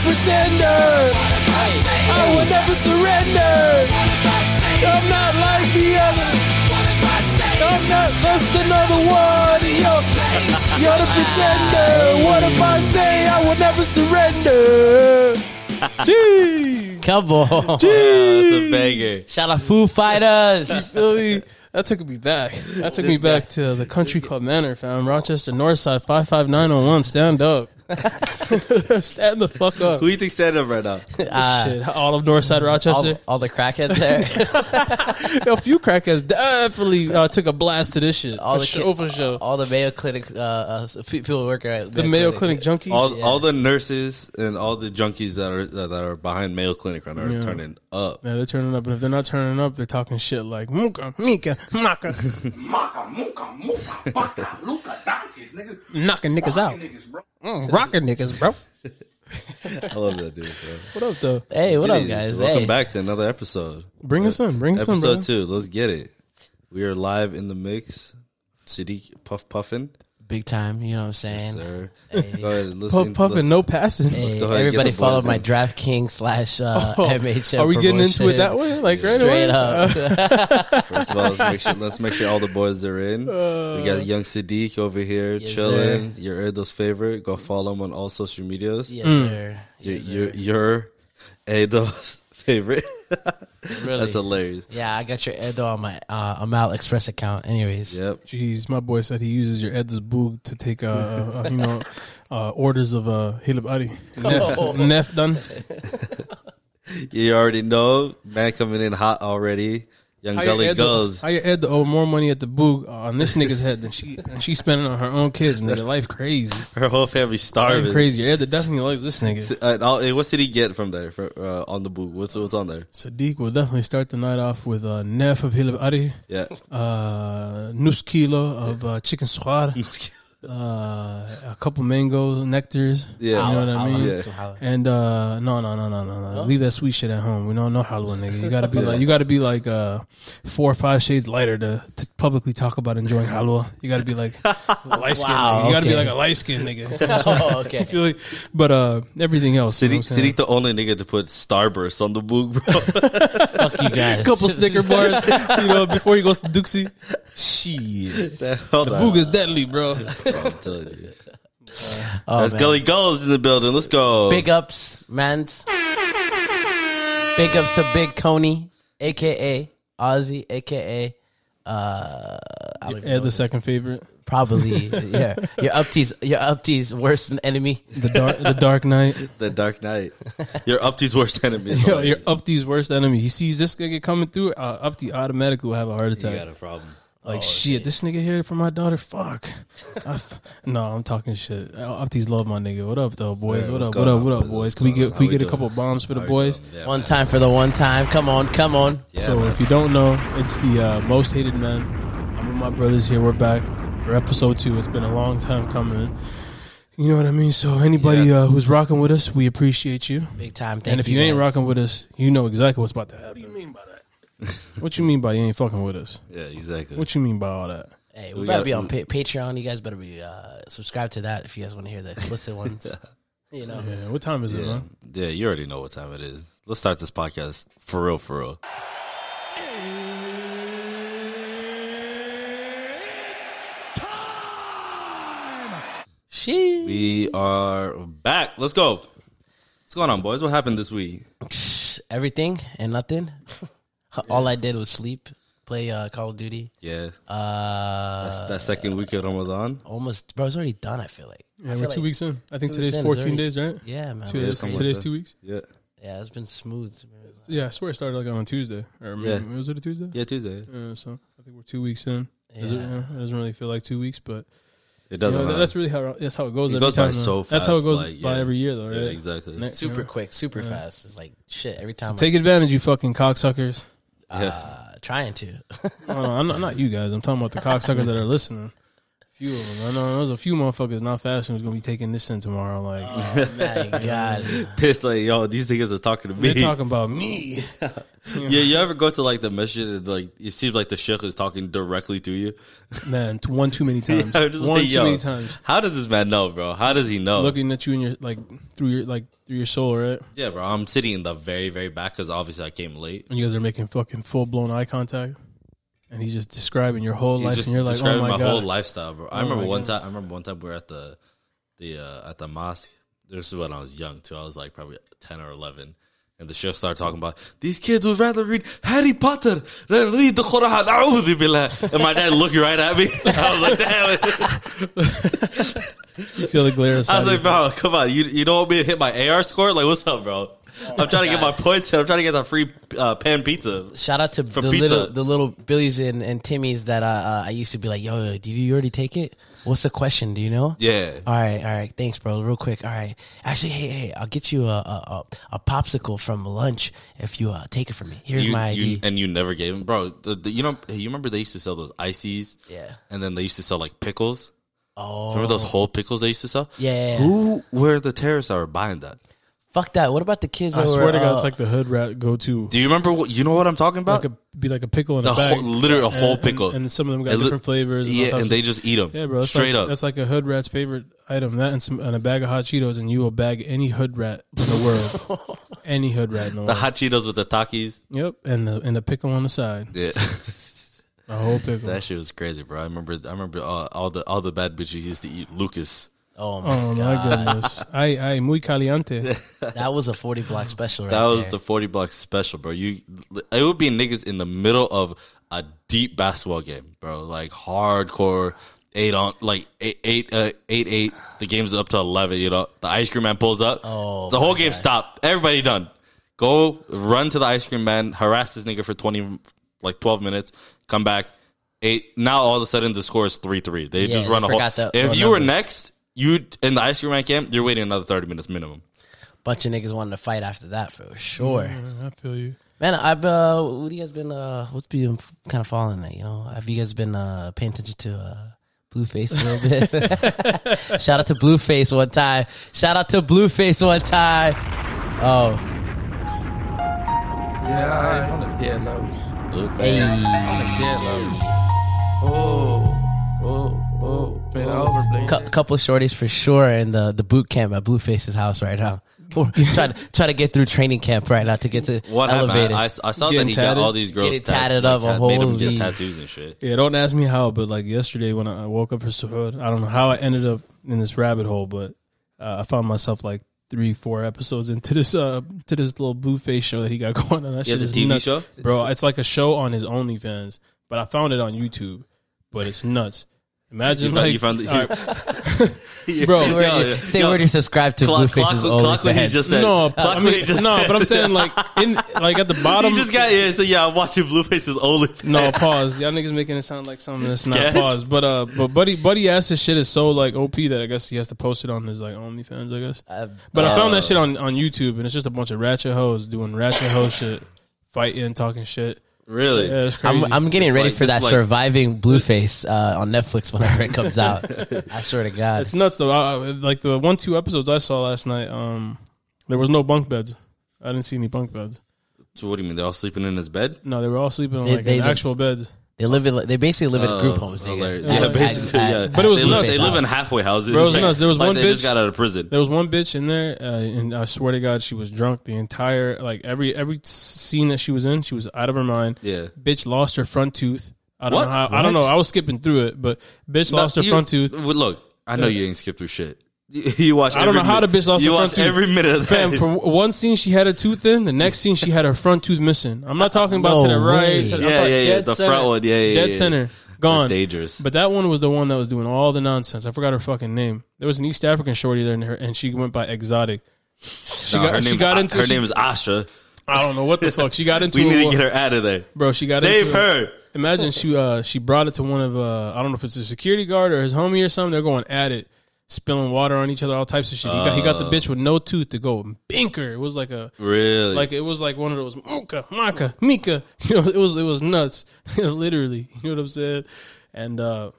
pretender. I will never surrender. I'm not like the others. I'm not just another one. You're, you're the pretender. What if I say I will never surrender? Gee, Come on. That's a banger. Shout out Foo Fighters. feel me? That took me back. That took me back to the Country Club Manor, fam. Rochester Northside, 55901. Stand up. Stand the fuck up. Who you think stand up right now? Uh, Shit, all of Northside all, Rochester. all the crackheads there. Yo, a few crackheads definitely uh, took a blast to this shit. All for the sure, for sure. All the Mayo Clinic uh, uh, f- people working at the Mayo Clinic junkies. All all the nurses and all the junkies that are that are behind Mayo Clinic right now are turning up. yeah, they're turning up, and if they're not turning up, they're talking shit like Muka, Mika, Maka, Maka, muka, muka, baka, luka, dodges, nigga. knocking niggas out, Niggas, bro. Mm, rocking niggas, bro. I love that dude. Bro. What up, though? Hey, what up, It is. guys? Welcome hey. back to another episode. Bring us in, bring us in, bro. episode two. Let's get it. We are live in the mix. City Puff Puffin. Big time, you know what I'm saying? Sir. Hey. Go ahead, let's Puff, puffing, no passing. Hey, go ahead and get everybody the follow boys my in. DraftKings slash uh, Oh, MHM. Are we getting into it promotion. that way? Like right away? Straight up. First of all, let's make sure let's make sure all the boys are in. Uh. we got young Sadiq over here Yes, chilling. Your Erdo's favorite. Go follow him on all social medias. yes, Mm. sir. your Yes, your, sir. your Erdo's favorite. Really. That's hilarious. yeah, I got your Edo on my uh, Amal Express account. Anyways, Yep. Uh, Jeez, my boy said he uses your Ed's boog to take uh, uh you know uh orders of uh Hilab Adi. Nef, nef done. You already know. Man coming in hot already. Young How Gully your Ed the- goes. How your Ed the owe more money at the boog on this nigga's head than she than she spending on her own kids and their life crazy. Her whole family Life starving. crazy. Your Ed the definitely loves this nigga. Uh, and all- hey, what did he get from there for, uh, on the boo? What's what's on there? Sadiq will definitely start the night off with uh, Nef of Hilab Adi, Yeah, uh, Nus Kilo of uh, Chicken Suar, uh, a couple mango nectars. yeah. You know what I I'll- mean? I'll- some holla. And uh no no no no no no. Leave that sweet shit at home. We don't know how little nigga. You gotta be like you gotta be like uh four or five shades lighter to, to publicly talk about enjoying halwa. You gotta be like light skin. Wow, nigga. You gotta be okay. like a light skin nigga. Oh, okay. Feel like- but uh everything else. you know City, what I'm saying? City, the only nigga to put Starburst on the boog, bro. Fuck you guys. couple Snicker bars, you know, before he goes to Dooksy. Shit. Hold on. Boog is deadly, bro. I'm telling you. Oh, That's man. Gully Goes in the building. Let's go. Big ups, mans. Big ups to Big Coney, aka Ozzy, aka uh, I don't even know. And the second favorite. probably yeah. Your upties, your upties worse than enemy. The dark the dark knight. the Dark Knight. You're up to his worst enemy. Yo, you're Upti's worst enemy. He sees this nigga coming through, uh, Upti automatically will have a heart You attack. got a problem. Like shit, this nigga here for my daughter. Fuck. I f- no, I'm talking shit. Uh, Upties love my nigga. What up though, boys? Sir, what what's up? What going up? on? What up, What's boys? Can we going on? get can we How we get a doing? couple bombs for the How you boys? doing? Yeah, One man. time for the one time. Come on, come on. Yeah, so man. if you don't know, it's the uh, most hated man. I'm with my brothers here. We're back for episode two. It's been a long time coming. You know what I mean. So anybody Yeah. uh, who's rocking with us, we appreciate you. Big time. Thank and if you, ain't guys. rocking with us, you know exactly what's about to happen. What do you mean by that? what you mean by you ain't fucking with us? yeah, exactly. What you mean by all that? hey, So we, we better got- be on pa- Patreon. You guys better be uh, subscribed to that if you guys want to hear the explicit ones. You know, Yeah, what time is yeah. it, man? yeah, you already know what time it is. Let's start this podcast for real, for real. she. We are back. Let's go. What's going on, boys? What happened this week? everything and nothing. All I did was sleep, play uh, Call of Duty. Yeah, Uh, that's that second week of Ramadan. almost, bro. It's already done. I feel like. I Yeah, feel we're two like- weeks in. I think two today's weeks in, it's 14 already- days, right? Yeah, man. Two it's days, something been- like today's that. two weeks. Yeah, yeah, it's been smooth. man. Yeah, I swear it started like on a Tuesday, or maybe, Yeah. was it a Tuesday? yeah, Tuesday. Uh, so I think we're two weeks in. Is it, Yeah. yeah, it doesn't really feel like two weeks, but It you doesn't. know, matter. that's really how that's how it goes. It every goes by time, so though. That's how it fast, goes like, by yeah. every year, though, right? yeah, exactly. Next- Super Yeah. quick, super fast. It's like shit every time. Take advantage, you fucking cocksuckers. I'm, uh, trying to. No, no, I'm not, not you guys. I'm talking about the cocksuckers that are listening. If few of them. I know there's a few motherfuckers not fashion who's gonna be taking this in tomorrow. Like My God. Pissed like yo, these niggas are talking to me. they're talking about me. yeah, you ever go to like the masjid and like it seems like the sheikh is talking directly to you. Man, t- one too many times. I'm just one like, too yo, many times. How does this man know, bro? How does he know? Looking at you in your like through your like through your soul, right? yeah, bro, I'm sitting in the very, very back because obviously I came late. And you guys are making fucking full blown eye contact, and he's just describing your whole He's life, just and you're like, describing oh my, my, god, Oh whole lifestyle, bro. I remember my one God. time. I remember one time we were at the the uh, at the mosque. This is when I was young too. I was like probably ten or eleven, and the sheikh started talking about these kids would rather read Harry Potter than read the Quran. A'udhu billah." And my dad looked right at me. I was like, damn. it. you feel the glare. I was Inside like, bro, come on. You you don't want me to hit my AR score? Like, what's up, bro? Oh I'm trying to get my points. and I'm trying to get that free uh, pan pizza. Shout out to the pizza. little the little Billies and, and Timmys that uh, uh, I used to be like, yo, did you already take it? What's the question? Do you know? Yeah. All right, all right. Thanks, bro. Real quick. All right. Actually, hey, hey, I'll get you a a, a, a popsicle from lunch if you uh, take it from me. Here's You- my ID. you- and you never gave him, bro. The, the- you know, you remember they used to sell those ices, Yeah. and then they used to sell like pickles. oh, Remember those whole pickles they used to sell? yeah. yeah, yeah. Who were the terrorists that were buying that? Fuck that. What about the kids? I that swear were, to God, it's uh, like the hood rat go to. Do you remember? What, you know what I'm talking about? Like a, be like a pickle in the a bag, whole, literally a whole and, pickle. and, and some of them got It look- different flavors. all yeah, types and of- they just eat them. Yeah, bro. That's Straight like, up. That's like a hood rat's favorite item. That and some and a bag of hot Cheetos, and you will bag any hood rat in the world. any hood rat in the, the world. hot Cheetos with the Takis. yep, and the and the pickle on the side, Yeah, a whole pickle. that shit was crazy, bro. I remember. I remember uh, all the all the bad bitches used to eat Lucas. oh my oh my goodness! I I muy caliente. That was a 40 block special right That was there. the forty block special, bro. You, it would be niggas in the middle of a deep basketball game, bro. Like hardcore eight on, like eight eight uh, eight eight. The game's up to eleven. You know, the ice cream man pulls up. Oh, the whole game stopped. Everybody done. Go run to the ice cream man, harass this nigga for twenty, like twelve minutes. Come back. Eight. Now all of a sudden the score is three three. They Yeah, just they run a whole. forgot the- if the you were numbers. next, you in the ice cream man camp, you're waiting another thirty minutes minimum. bunch of niggas wanted to fight after that for sure. I feel you. Man, I've uh, what do you guys been uh, what's been kind of following that? You know, have you guys been uh, paying attention to uh, Blueface a little bit? Shout out to Blueface one time. Shout out to Blueface one time. Oh, Yeah, on the dead lows. hey, On the dead lows. Oh, oh, oh. Been over, bleed. Cou- couple shorties for sure in the the boot camp at Blueface's house right now. We're trying to try to get through training camp right now to get to What elevated. happened? I, I s- I saw that Getting he tatted? got all these girls Getting tat- tatted like, up, had- made them holy- get tattoos and shit. Yeah, don't ask me how, but like yesterday when I I woke up for Sahud, I don't know how I ended up in this rabbit hole, but uh, I found myself like three, four episodes into this uh to this little blue face show that he got going on. That He has shit a is TV nuts. show? bro. It's like a show on his OnlyFans, but I found it on YouTube. But it's nuts. Imagine You found, you like found the, all right, Say bro. where No, you- yeah. say Yo, where you subscribe to clock, clock, Blueface's clock what he OnlyFans. just said. No, clock I what mean, he just no, said. but I'm saying like in like at the bottom. he just got yeah. So yeah, I'm watching Blueface's only. No, pause. Y'all niggas making it sound like something that's not Sketch? pause. But uh, but buddy, buddy ass, this shit is so like OP that I guess he has to post it on his like OnlyFans. I guess. Um, but I found that shit on on YouTube, and it's just a bunch of ratchet hoes doing ratchet hoe shit, fighting, talking shit. Really? Yeah, it's crazy. I'm, I'm getting It's ready like- for it's that like- surviving Blueface uh, on Netflix whenever it comes out. I swear to God. it's nuts though. I, I- like the one two episodes I saw last night, um, there was no bunk beds. I didn't see any bunk beds. So what do you mean? They're all sleeping in his bed? No, they were all sleeping on They- like they- in actual beds. They live in they basically live in group Oh, homes. hilarious. together. yeah, At- basically. at- yeah. at But it was they live, nuts. they Blueface's live in house. halfway houses. Bro, it was Like- nuts. There was like one they just bitch- got out of prison. There was one bitch in there, uh, and I swear to God, she was drunk the entire like every every s- scene that she was in, she was out of her mind. Yeah. bitch lost her front tooth. I don't What? know how. I don't know. What? I was skipping through it, but bitch lost her you- front tooth. well, Look, I know you ain't skipped through shit. You watch. I don't every know how minute- the bitch lost You her front watch tooth. every minute of Fam, that. for w- one scene she had a tooth in, the next scene she had her front tooth missing. I'm not talking about to No the way. right. to- I'm Yeah, talking yeah, yeah, dead the front one. Yeah, yeah, dead yeah. center gone. dangerous. But that one was the one that was doing all the nonsense. I forgot her fucking name. There was an East African shorty there, and, her, and she went by Exotic. She No, got, her she name's- got into her she- name is Asha. I don't know what the fuck. She got into We a need to war- get her out of there. Bro, she got Save into a- her. Imagine she uh she brought it to one of uh I don't know if it's a security guard or his homie or something. They're going at it, spilling water on each other, all types of shit. He, got, he got the bitch with no tooth to go and binker. It was like a Really? like it was like one of those Muka, Maka, Mika. You know, it was it was nuts, literally. You know what I'm saying? And uh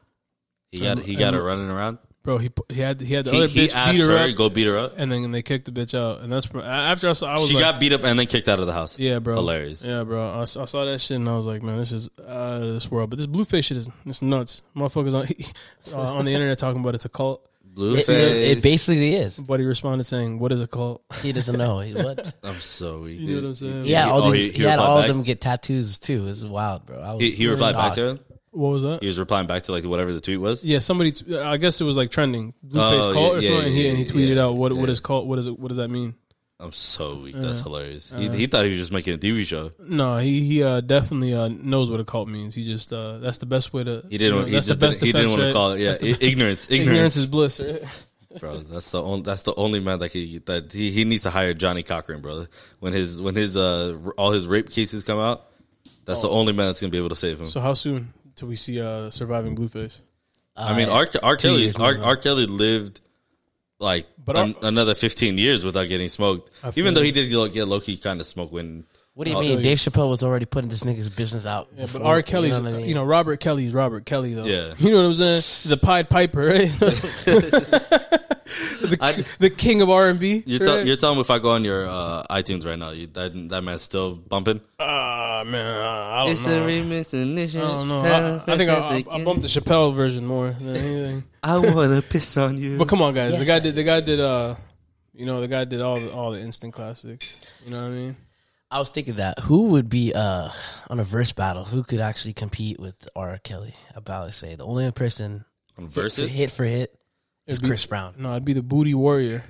He got he got her running around. bro. He pu- he had he had the He, other he bitch beat asked her her up, to go beat her up. and then they kicked the bitch out. And that's pr- after I saw. I was She like, got beat up and then kicked out of the house. yeah, bro, Hilarious. Yeah, bro. I, s- I saw that shit and I was like, man, this is out of this world. But this blueface shit is it's nuts. Motherfuckers on uh, on the internet talking about it's a cult. It, Blueface. it, it basically is. Buddy responded saying, "What is a cult?" He doesn't know He- what. I'm so weak. You know dude. what I'm saying? Yeah, all oh, these, he- he, he had replied all back? of them get tattoos too. It's wild, bro. I was He, he replied back to him. What was that? He was replying back to like whatever the tweet was. Yeah, somebody. T- I guess it was like trending blueface Oh, cult yeah, or yeah, something. and, he, yeah, and he yeah, tweeted yeah. out what what Yeah. is cult? What is it? What does that mean? I'm so weak. That's hilarious. He, he thought he was just making a TV show. No, he he uh, definitely uh, knows what a cult means. He just uh, that's the best way to. He you know, didn't. he that's just the best didn't, he didn't defense, want to right? call it. Yeah, That's the- i- ignorance. Ignorance ignorance is bliss. Right? bro. That's the only. That's the only man that could. That he, he needs to hire Johnny Cochran, bro. When his when his uh r- all his rape cases come out, that's the only man that's gonna be able to save him. So how soon till we see uh, surviving blueface? I mean, R. R. Kelly. years R. now. R. Kelly lived like But an- R- another 15 years without getting smoked. feel Even though you. he did get, like, get low key kind of smoked when. What do you Oh, mean? yeah. Dave Chappelle was already putting this nigga's business out. Yeah, but before, R. Kelly's, you uh, know, what I mean? you know, Robert Kelly's Robert Kelly though. Yeah. you know what I'm saying? He's a Pied Piper, right? the, I- the king of R and B. You're, tell, you're telling me if I go on your uh, iTunes right now, you, that that man's still bumping. Ah man, I It's a remix ignition. Oh, I don't know. I, I think I, I, I bumped the Chappelle version more than anything. I wanna piss on you. But come on, guys. The guy did. The guy did. Uh, you know, the guy did all the, all the instant classics. You know what I mean? I was thinking that who would be uh, on a verse battle? Who could actually compete with R. Kelly? About to say the only person On hit for- Versus? hit for hit is It'd be- Chris Brown. No, I'd be the booty warrior.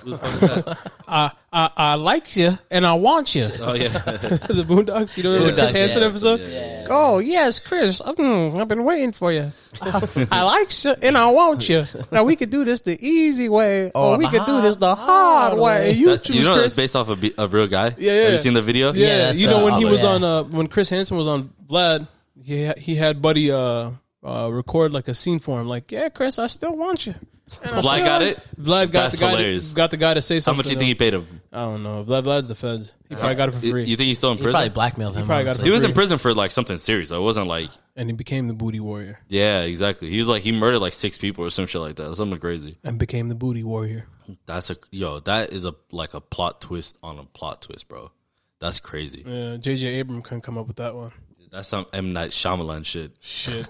Who the fuck is that? I I, I like you and I want you. Oh yeah, the Boondocks. You know the Boondocks, Chris Hansen yeah. episode. Oh yes, Chris. Mm, I've been waiting for you. I like you and I want you. Now we could do this the easy way, or, Or we the could do this the hard hard way. way. You That- choose you know Chris. that's based off a, be- a real guy. Yeah, Have yeah. you seen the video? Yeah, Yeah, you that's, know uh, when he oh, was yeah. on uh when Chris Hansen was on Vlad, he he had Buddy uh uh record like a scene for him, like yeah, Chris, I still want you. And I Vlad still- got it? Vlad got That's the guy. hilarious. To, got the guy to say How something. much you though. think he paid him? I don't know. Vlad Vlad's the feds. He probably got it for You, free, you think he's still in He probably prison? blackmailed him. probably got honestly. it He was in free. prison for like something serious. though. It wasn't like and he became the booty warrior. yeah, exactly. He was like he murdered like six people or some shit like that. Something crazy. And became the booty warrior. That's a yo. That is a like a plot twist on a plot twist, bro. That's crazy. Yeah, J.J. Abram couldn't come up with that one. That's some M Night Shyamalan shit. Shit,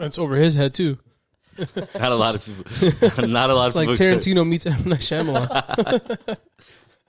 it's over his head too. Not a lot of people. Not a lot It's of people. like could- Tarantino meets M Night Shyamalan.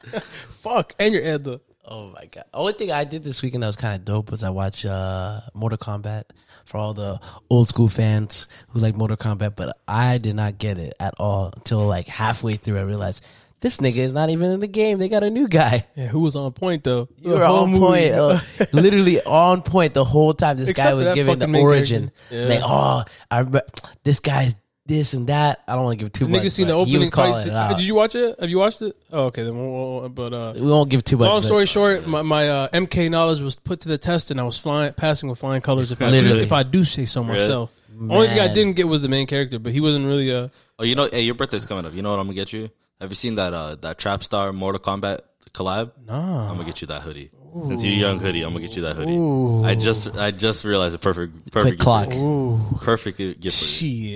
Fuck, and your head though. Oh my god! Only thing I did this weekend that was kind of dope was I watched uh, Mortal Kombat for all the old school fans who like Mortal Kombat, but I did not get it at all until like halfway through. I realized this nigga is not even in the game. They got a new guy. Yeah, who was on point though? You The were whole on movie. point, uh, literally on point the whole time. This Except guy for was that giving fucking the main origin, character. like, oh, I remember this guy's this and that. I don't want to give too much. Niggas seen but the He opening was calling fights. it out. Did you watch it? Have you watched it? Oh, okay. Then, we'll, we'll- but uh, we won't give too much. long but- story short, my, my uh, MK knowledge was put to the test, and I was flying, passing with flying colors. If I do, Literally. if I do say so myself. Only thing I Man. didn't get was the main character, but he wasn't really a. Oh, you know, hey, your birthday's coming up. You know what I'm gonna get you? Have you seen that uh that Trap Star Mortal Kombat collab? Nah. I'm gonna get you that hoodie. Since you're young hoodie, I'm gonna get you that hoodie. I just I just realized a perfect perfect Quick gift clock. for you. Perfect gift for you.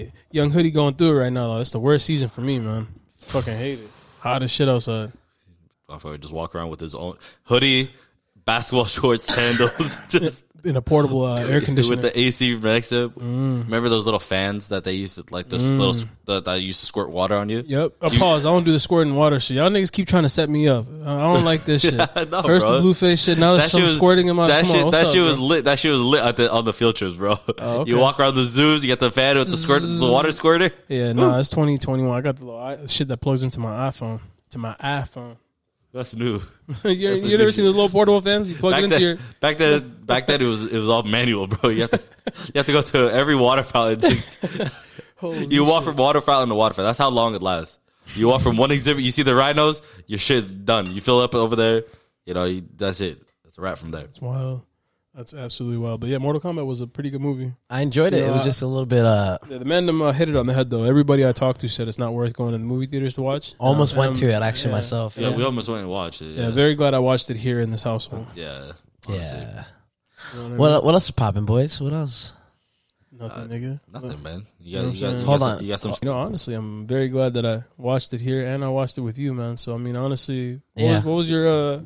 Shit, young hoodie going through it right now. Though. It's the worst season for me, man. Fucking hate it. Hot as shit outside. Motherfucker just walk around with his own hoodie, basketball shorts, sandals, just In a portable uh, air conditioner. Mm. with the AC next to. it. Remember those little fans that they used to like this little s- that, that used to squirt water on you? Yep. Uh, pause. I don't do the squirting water shit. Y'all niggas keep trying to set me up. I I don't like this shit. no, First bro. the blueface shit. Now there's That some shit was squirting in my. that come shit. on, what's that up, shit bro? Oh, was lit. That shit was lit at the, on the field trips, bro. okay. You walk around the zoos, you get the fan with the squirt, the water squirter. Yeah, no, nah, it's 2021. I got the little i- shit that plugs into my iPhone. To my iPhone. That's new. you you never seen the little portable fans? You plug it Back into then, your. back then, back then, it was it was all manual, bro. You have to you have to go to every water fountain. you walk from water fountain to water fountain. That's how long it lasts. You walk from one exhibit, you see the rhinos, your shit's done. You fill up over there, you know. You, that's it. That's a wrap from there. Wow. That's absolutely wild. But yeah, Mortal Kombat was a pretty good movie. I enjoyed it. You It know, was I- just a little bit. uh Yeah, the man them, uh, hit it on the head, though. Everybody I talked to said it's not worth going to the movie theaters to watch. Almost Um, went to um, it actually myself. Yeah, we almost went and watched it. Yeah, Yeah, yeah. very glad I watched it here in this household. yeah. Yeah. What what else is popping, boys? What else? Nothing, nigga. Nothing, man. You got, know you got, you what I'm saying? got Hold some, on. You got some. You know, honestly, I'm very glad that I watched it here and I watched it with you, man. So I mean, honestly, what, Yeah. was, what was your uh,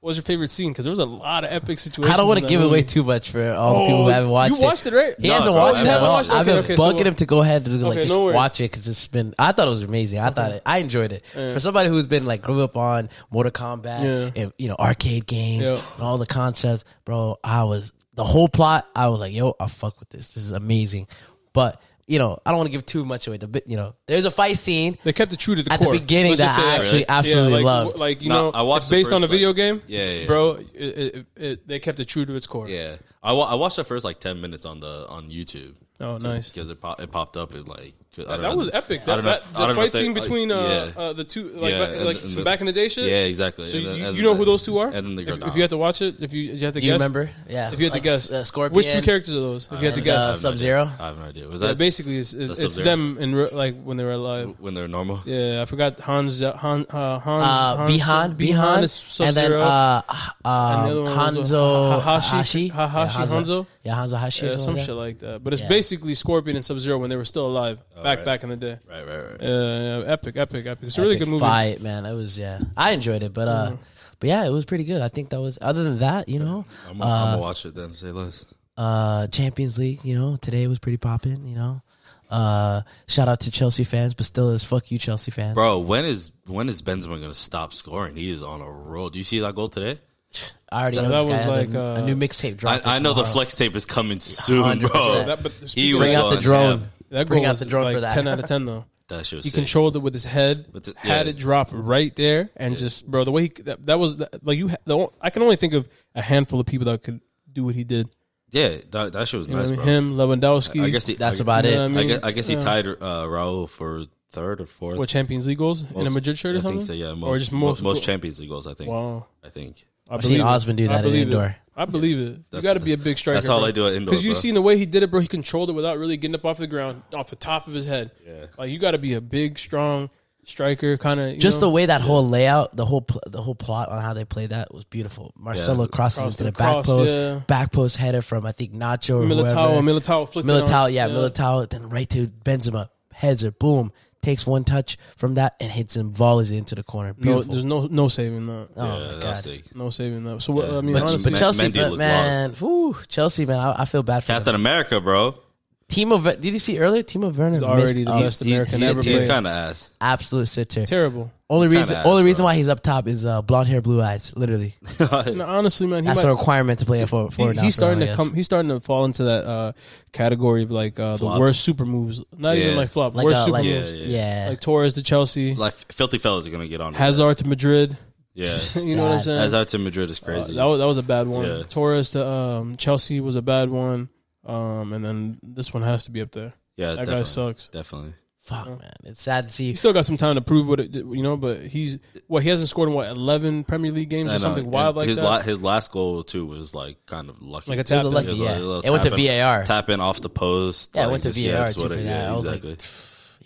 what was your favorite scene? Because there was a lot of epic situations. I don't want in to that give away movie. too much for all the people who Oh, haven't watched you watched it, right? He No, hasn't bro, I watched it at haven't all. watched it. I've been Okay, okay, so- bugging him to go ahead and like Okay, just no worries. watch it because it's been. I thought it was amazing. I thought it. I enjoyed it. For somebody who's been like grew up on Mortal Kombat Yeah. and you know arcade games Yeah. and all the concepts, bro. I was the whole plot. I was like, yo, I fuck with this. This is amazing. But you know, I don't want to give too much away. The bit, you know, there's a fight scene. They kept it true to the At the core. beginning Let's just that I say actually absolutely yeah, like, loved. Like you No, know, I I watched watched it's the based on a first, video like- game, Yeah, yeah, yeah. bro. It, it, it, they kept it true to its core. Yeah, I, wa- I watched the first like ten minutes on the on YouTube. Oh, nice. because it, pop- it popped up. It like 'cause I don't That know. was epic. I That, don't know that, if- I the don't know if fight scene they- between uh, yeah. uh, the two, like, Yeah, back- and like the- some the- back in the day shit. yeah, exactly. So And then- you, and you know who then- those two are? And then they go if, down. if you had to watch it, if you, you had Do to guess, you remember? Yeah. If you had to Like, guess, uh, Scorpion. which two characters are those? If you had to and, guess, uh, Sub-Zero? I have no idea. Was Yeah, that basically, it's, it's, the it's Sub-Zero. them and re- like when they were alive. when they're normal? Yeah, I forgot Hans uh, Han, uh, Hans, uh, Hans Bihan, Bihan Bihan, is Sub-Zero. and then uh, h- And the um, other one was, uh, Hanzo Ha- Hashi, Hahashi- Hahashi Hanzo? yeah, Hanzo Hashi, or Yeah, some something like shit that. like that. But it's Yeah. basically Scorpion and Sub Zero when they were still alive back Oh, right. back in the day. Right, right, right. Uh, yeah, epic, epic, epic. It's a really Epic good movie. Fight, man, it was yeah, I enjoyed it, but Mm-hmm. uh, but yeah, it was pretty good. I think that was other than that, you know, I'm, gonna- I'm gonna watch it then. Say less. uh, Champions League, you know, today was pretty popping, you know. Uh, shout out to Chelsea fans, but still as fuck you Chelsea fans, Bro, when is when is Benzema gonna stop scoring? He is on a roll. Do you see that goal today? I already know that this was guy has like, a, uh, a new mixtape drop. I, I know the flex tape is coming soon, 100%. bro. So that, but He speaking was of Bring out the going drone. ham. that, that bring goal out was the drone like for that. ten out of ten though. That shit was He sick. controlled it with his head, With the- had yeah. it drop right there, and just bro, the way he that, that was that, like you. ha- The, o- I can only think of a handful of people that could do what he did. Yeah, that, that shit was You nice, know bro. what I mean? Him, Lewandowski. I guess he, That's I, about you it. know what I I, mean? guess, I guess he Yeah. tied uh, Raul for third or fourth. what Champions League goals in a Most- Madrid shirt or I something. think so, yeah. Most, or just most, most goal- Champions League goals, I think. Wow. I think. I I've seen believe it. Osman do I that in believe it. indoor. I believe it. You That's got to the- be a big striker. That's all bro. I do at indoor, Because you bro. seen the way he did it, bro. He controlled it without really getting up off the ground, off the top of his head. Yeah. Like you got to be a big, strong striker, kind of. Just the way that whole layout, the whole pl- the whole plot on how they played that was beautiful. Marcelo crosses Crossed into the the back cross, post, yeah. back post header from I think Nacho or Militao, whoever. Militao flicked it Militao, on. yeah, Militao. Then right to Benzema, heads it, boom, takes one touch from that and hits and volleys it into the corner. No, Beautiful. there's no no saving that. oh yeah, my that was god. sick. No saving that. So what Yeah. I mean, But- honestly, But Me- Chelsea, Mendy but looked man, whew, Chelsea, man, I, I feel bad for Captain them. America, bro. Timo, Ver- did you see earlier? Timo Werner missed already the a best American he's, ever played. kind of ass. absolute sitter. terrible. Only kinda reason, ass, only bro. reason why he's up top is uh, blonde hair, blue eyes. Literally, No, honestly, man, he that's might, a requirement to play it for. he- for now he's for now, starting I to guess. come. He's starting to fall into that uh, category of like uh, the Flops. worst super moves. Not even Yeah. like flop. like, worst uh, super like moves. yeah, yeah. Like Torres to Chelsea, Like filthy fellas are gonna get on. to that. Hazard to Madrid. yeah. You know what I'm Sad. saying? Hazard to Madrid is crazy. Uh, that was that was a bad one. Yeah. Torres to um, Chelsea was a bad one, um, and then this one has to be up there. yeah, That definitely. guy sucks. Definitely. Fuck, man, it's sad to see. He still got some time to prove what it, you know, but he's well, he hasn't scored in what eleven Premier League games I or know. something And wild like his that. la- his last goal too was like kind of lucky. Like a It was a tap-in. lucky, It was a- yeah. it was a It went to tap-in. VAR. tapping off the post. Yeah, it like, went to just- yeah, VAR that's too what for it- that. yeah, I was like, exactly.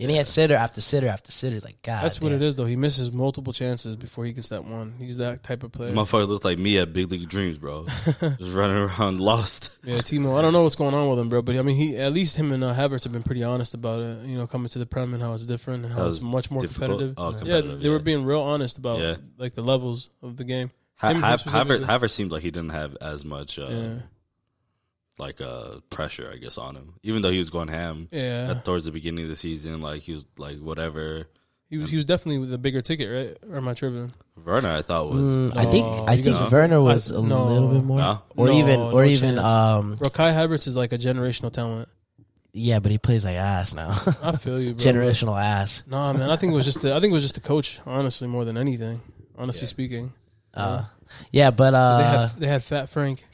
And he had sitter after sitter after sitter. It's like God, That's what damn. it is, though. He misses multiple chances before he gets that one. He's that type of player. Motherfucker looked like me at Big League Dreams, bro. just running around lost. yeah, Timo. I don't know what's going on with him, bro. But I mean, he at least him and uh, Havertz have been pretty honest about it. You know, coming to the prem and how it's different and how That it's was much more difficult. competitive. Oh, yeah, competitive, they yeah. were being real honest about Yeah. like the levels of the game. Ha- Him Ha- specifically. Havertz, Havertz seemed like he didn't have as much uh, Yeah. like uh, pressure, I guess, on him. Even though he was going ham Yeah. at- towards the beginning of the season, like he was like whatever. He was, he was definitely the bigger ticket, right? Or am I tripping? Werner, I thought was Mm, I think No, I you think got- Werner was a I- no. little bit more, No? or No, even no or even chance. um Bro, Kai Havertz is like a generational talent. yeah, but he plays like ass now. I feel you, bro. Generational ass. Nah, man. I think it was just the, I think it was just the coach, honestly, more than anything. Honestly speaking, Uh, yeah, but 'Cause uh, they had they had Fat Frank.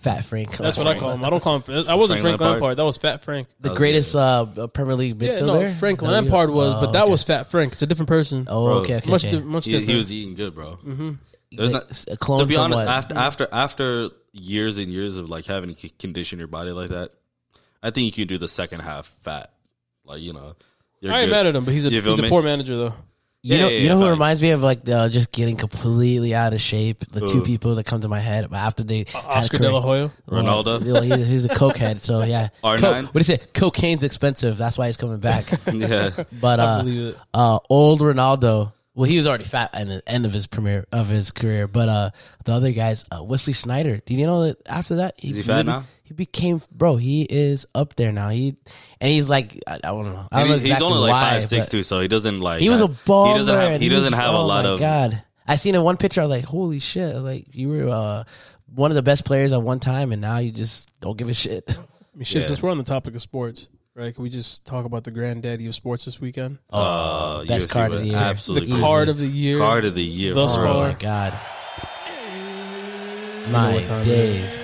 Fat Frank. That's what I call him. I don't call him. I wasn't Frank Lampard? Frank Lampard. That was Fat Frank. The was greatest uh, Premier League midfielder. Yeah, no, Is that what Frank you- Lampard was, but Oh, that okay. was Fat Frank. It's a different person. Oh, Bro, okay, okay. much, okay. di- much he, different. he was eating good, bro. There's Mm-hmm. Like, not a clone to be from honest what? after after after years and years of like having to c- condition your body like that. I think you can do the second half fat, like you know. You're I ain't good. mad at him, but he's a You feel he's a me? poor manager though. You Yeah, know, yeah, you know yeah, who facts. reminds me of like uh, just getting completely out of shape. The two Who? people that come to my head after they had Oscar career- De La Hoya. Well, Ronaldo? well, he- he's a cokehead, so yeah. R9? Co- what do you say? Cocaine's expensive. That's why he's coming back. Yeah. But uh, believe it. uh, old Ronaldo. Well, he was already fat at the end of his premiere of his career. But uh, the other guys, uh, Wesley Snyder. Did you know that after that, Is he fat really- now? He became bro. He is up there now. He and he's like I, I don't know. I don't know And he- he's exactly only like why, five six but too, so he doesn't like. He was a have- baller. He doesn't have. and He doesn't was- have a oh lot my of. God, I seen in one picture. I was like, holy shit! Like you were uh, one of the best players at one time, and now you just don't give a shit. I mean, shit, Yeah. since we're on the topic of sports, right? Can we just talk about the granddaddy of sports this weekend? Uh, Best UFC card would of the year. Absolutely, The The crazy. card of the year. card of the year. Thus for real. Oh far. my god. My what time it days.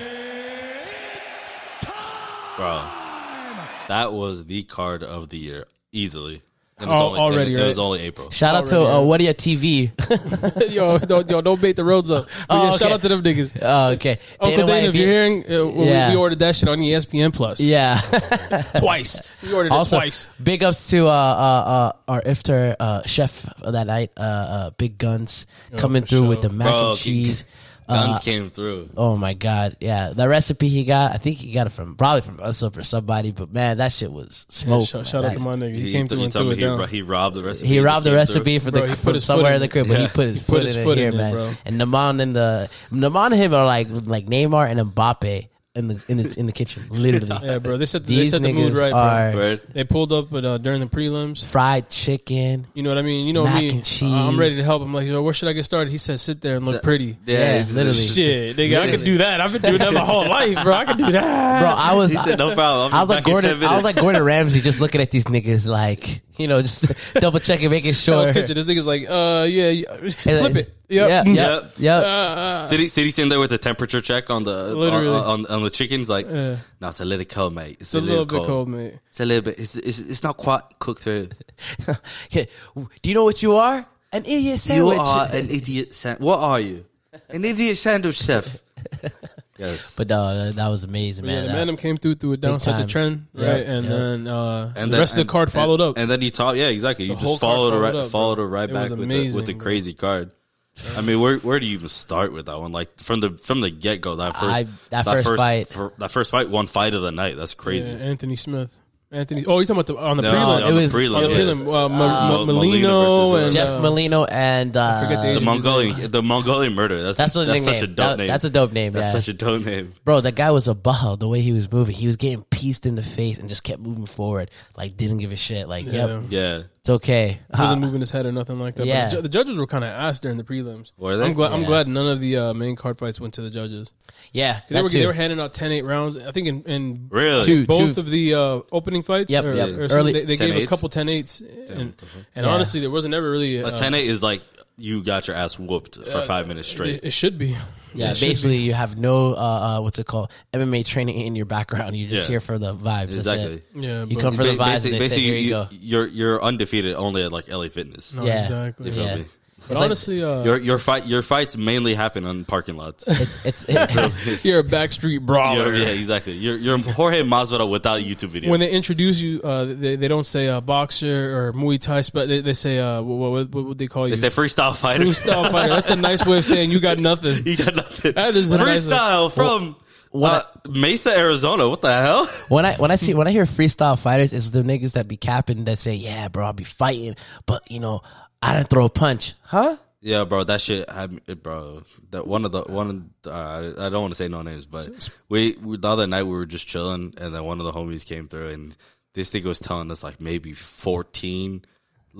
bro. That was the card of the year easily. And Al- and already, it, was right? only April. Shout out to uh, Already. What Are Your TV. yo, don't, yo, don't bait the roads up. But Oh, yeah, shout okay. out to them niggas. oh, okay. Uncle Dana, White, if you're hearing, uh, we- Yeah. we ordered that shit on E ESPN Plus. Yeah. twice. We ordered also, it twice. big ups to uh, uh, uh, our iftar uh, chef that night, uh, uh, Big Guns, coming for through sure. with the mac Bro, and he- cheese. Uh, Guns came through. Oh my god, yeah, that recipe he got, I think he got it from probably from us or from somebody, but man, that shit was smoke. shout man. shout out That- to my nigga. He, He, came t- through he and told threw me it he, ro- down. he robbed the recipe. He just robbed the came recipe for the Bro, he put from his foot somewhere in in the it. crib, but he Yeah. put his foot, in, it here, it, man. bro. And Naman and the Naman and him are like like Neymar and Mbappe in the in the in the kitchen, literally. Yeah, bro. They set the, they These set the mood niggas right, bro. are through, right? They pulled up at, uh, during the prelims. fried chicken. You know what I mean? You know Mac me. Uh, and cheese. I'm ready to help. I'm like, yo, where should I get started? He said, sit there and look pretty. Yeah, Yeah, it's- literally. it's- Shit, nigga, I could do that. I've been doing that my whole life, bro. I could do that. Bro, I was He said, "No problem." I was like back in 10 Gordon. I was minutes." like Gordon Ramsay, just looking at these niggas, like you know, just double checking, making sure. Hell's Kitchen. This nigga's like, uh, yeah, yeah. And flip then- it. Yep. Uh, Yeah, Yeah, yeah, Yep. yeah. City, City sitting there with the temperature check on the on, Literally. on, on the chickens, like, Yeah. no, it's a little cold, mate. It's, It's a little bit cold, mate. It's a little bit. It's it's, it's not quite cooked through. Okay, Do you know what you are? An E idiot You sandwich. are an idiot. San- what are you? An idiot sandwich chef. yes. but no, that was amazing, Yeah, man. the That- Manum came through through a downside the time. trend, right? Yep, and yep. then uh, And the then- rest of and- the card followed and- up. and then you talk. Yeah, exactly. You whole just card followed, her followed right, up, bro. followed her right It back was with the, amazing, with the bro. crazy card. I mean, where where do you even start with that one? Like from the from the get go, that first I- that first fight. fir- that first fight, one fight of the night. That's crazy. Yeah, Anthony Smith. Anthony. Oh, you talking about the on the No, prelim? on it the was- prelim, on the yeah. prelim. Uh, Ma- Ma- Mo- Molino Molina versus, uh, and Jeff uh, Molino and uh, forget the The Asian Mongolian, the Mongolian murder. That's that's that's, what the such name- a dope that- name. That's a dope name. That's yeah. such a dope name. Bro, that guy was a ball. The way he was moving, he was getting pieced in the face and just kept moving forward. Like didn't give a shit. Like, Yeah. yep, Yeah, it's okay. wasn't Uh, moving his head or nothing like that. Yeah. But the, ju- the judges were kind of ass during the prelims. Were they? I'm glad. I'm Yeah. glad none of the uh, main card fights went to the judges. yeah, They that were too. they were handing out 10-8 rounds. I think in, in really. Two. both of the uh, opening fights. Yep, or, yep. or something, Early- they, they gave a 10-8s. couple 10-8s. and and Yeah. honestly, there wasn't ever really A uh, ten eight is like you got your ass whooped for five minutes straight. It, it should be. Yeah, It should basically be. you have no uh, uh what's it called MMA training in your background. You're just Yeah. here for the vibes. That's Exactly. it. Yeah, You but- come for the Ba- vibes. basi- and they say, here you, you, go. you're you're undefeated only at like LA Fitness. No, yeah, exactly. You feel yeah. me? But like- honestly, uh, Your your fight your fights mainly happen on parking lots. It's it, You're a backstreet brawler. You're- yeah, exactly. You're you're Jorge Masvidal without YouTube video. When they introduce you, uh, they, they don't say uh, boxer or Muay Thai, but they, they say uh, what, what, what would they call you? they say freestyle fighter. freestyle fighter. That's a nice way of saying you got nothing. you got nothing. That is a nice- freestyle from uh, Mesa, Arizona. What the hell? when I when I see when I hear freestyle fighters, it's the niggas that be capping that say, "Yeah, bro, I'll be fighting, but you know, I didn't throw a punch, huh?" Yeah, bro, that shit had me, bro. That one of the one. Of, the- uh, I don't want to say no names, but we, we the other night we were just chilling, and then one of the homies came through, and this nigga was telling us like maybe fourteen.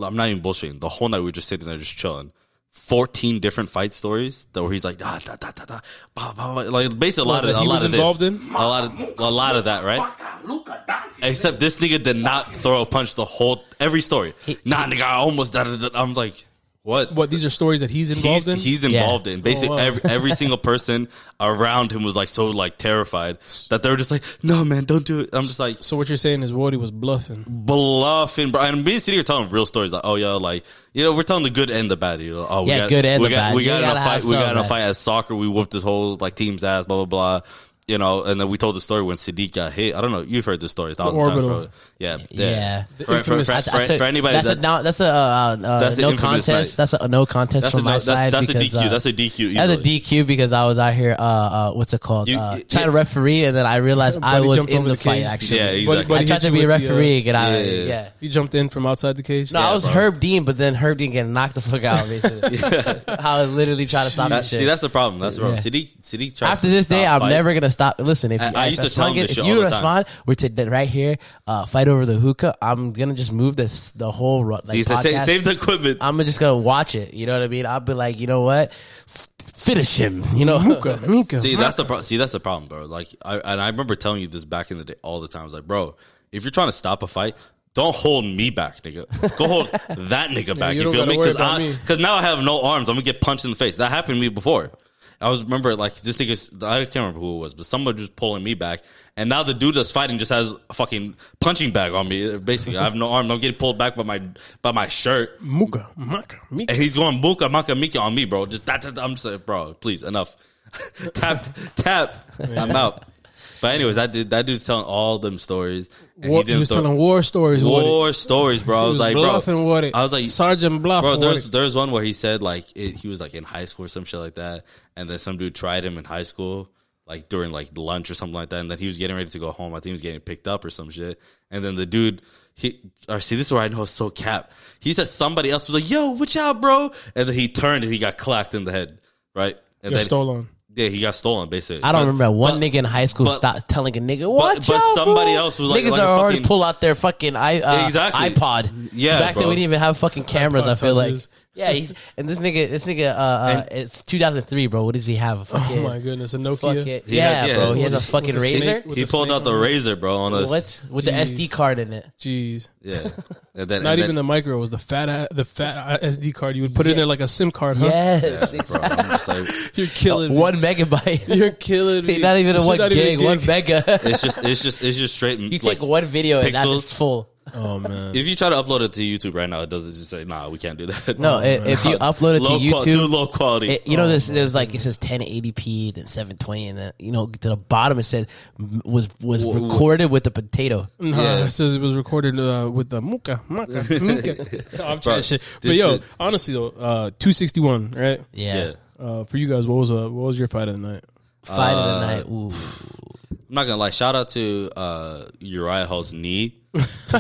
I'm not even bullshitting. The whole night we were just sitting there just chilling. Fourteen different fight stories that where he's like da da da da da, bah, bah, bah, like basically a lot of that a he lot was of involved this, in? a lot of a lot of that, right? Baka, look at that. Except this nigga did not throw a punch the whole every story. Nah, nigga, I almost da da da. I'm like, what? What these are stories that he's involved he's, in. he's involved Yeah. in basically Oh, wow. every, every single person around him was like so like terrified that they were just like no man don't do it i'm just like so what you're saying is Woody was bluffing. bluffing bro and me and city are telling real stories like oh yeah like you know we're telling the good and the bad you know oh we Yeah, got, good and we the got, bad. we You got in a gotta have fight we some got in of a that. fight at soccer we whooped this whole like team's ass blah blah blah you know, and then we told the story when Sadiq got hit. I don't know. You've heard this story a thousand Orbital. times. Bro. Yeah, Yeah. For, for- for- infamous- for- for anybody that's that, a no, that's a, uh, uh, That's the no infamous contest. night. That's a no contest that's a from my nice- side that's, that's a because, DQ. uh, that's a DQ. Easily. That's a DQ because I was out here, uh, uh, what's it called? You- uh, you- trying to referee, and then I realized I Buddy was jumped in over the, the fight. cage. Actually, Yeah, Buddy- exactly. buddy I tried hit to you be a with the, uh, referee. get out. of yeah, it. yeah. yeah. He jumped in from outside the cage. No, I was bro. Herb Dean, but then Herb Dean getting knocked the fuck out. Basically, I was literally trying to stop That- this shit. see, that's the problem. That's the problem. Yeah. Sadiq, Sadiq tries After to this day, stop I'm fights. never gonna stop. Listen, if I- you, I if used to that's tell him Sungin- this shit if you all the respond, we're to that right here. Uh, fight over the hookah. I'm gonna just move this the whole ru- like He said, "Save- podcast. save the equipment. I'm just gonna watch it. You know what I mean? I'll be like, you know what, F- finish him. You know, Mika, Mika. See, that's the pro- see, that's the problem, bro. Like, I and I remember telling you this back in the day all the time. I was like, bro, if you're trying to stop a fight, don't hold me back, nigga. Go hold that nigga back. you You, don't feel gotta me? worry Because about I me. because now I have no arms. I'm gonna get punched in the face. That happened to me before. I was remember like this nigga. I can't remember who it was, but someone just pulling me back, and now the dude that's fighting just has a fucking punching bag on me. Basically, I have no arm. I'm getting pulled back by my by my shirt. Muka, Maka, Mika. And he's going buka maka mika on me, bro. Just that. that- I'm just like, bro, please, enough. tap, tap. I'm out. But anyways, that dude, that dude's telling all them stories. And War, he was throw- telling war stories. with it. war stories, bro. I was, was like, bluffing bro. with it. I was like, Sergeant bluff Bro, with there's it. there's one where he said like it, he was like in high school or some shit like that, and then some dude tried him in high school, like during like lunch or something like that, and then he was getting ready to go home. I think he was getting picked up or some shit, and then the dude. He, or see, this is where I know it's so cap. He said somebody else was like, "Yo, watch out, bro!" And then he turned and he got clacked in the head, right? And You're then stolen. yeah, he got stolen basically. I don't remember that one but- nigga in high school but- stopped telling a nigga what. but somebody else was like- niggas like a are already fucking- pull out their fucking i uh, Exactly. iPod. Yeah, back then bro. we didn't even have fucking cameras. I feel touches. like yeah, he's and this nigga, this nigga, uh, uh it's 2003, bro. What does he have? A fucking, Oh my goodness, a fuck Nokia. it. He Yeah, had- yeah, bro, he with has a the- fucking with the snake- razor. with He the pulled snake out the on it. razor, bro, on us. What with Jeez. the SD card in it? Jeez. Yeah, and then, Not and even then, the micro. It was the fat the fat SD card. You would put it in there like a SIM card. Huh? Yes, bro, I'm just like, You're killing me. one megabyte. You're killing me. Not even a This is one not even gig, one gig. mega. it's just it's just it's just straight. You like, take one video and pixels. that's full. Oh man. If you try to upload it to YouTube right now, it doesn't just say, "Nah, we can't do that." No, i- if you upload it to low qual- YouTube, too low quality. It, you know, there's, there's like it says 1080p, then 720, and then, you know, to the bottom it said m- was was recorded with the potato. No, Yeah. it says it was recorded uh, with the muka, muka, muka. No, I'm trying Bro, to shit. But this yo, dude- honestly though, uh, 261, right? Yeah, yeah, Uh, for you guys, what was uh, what was your fight of the night? fight Uh, of the night. Ooh. I'm not gonna lie. Shout out to uh, Uriah Hall's knee.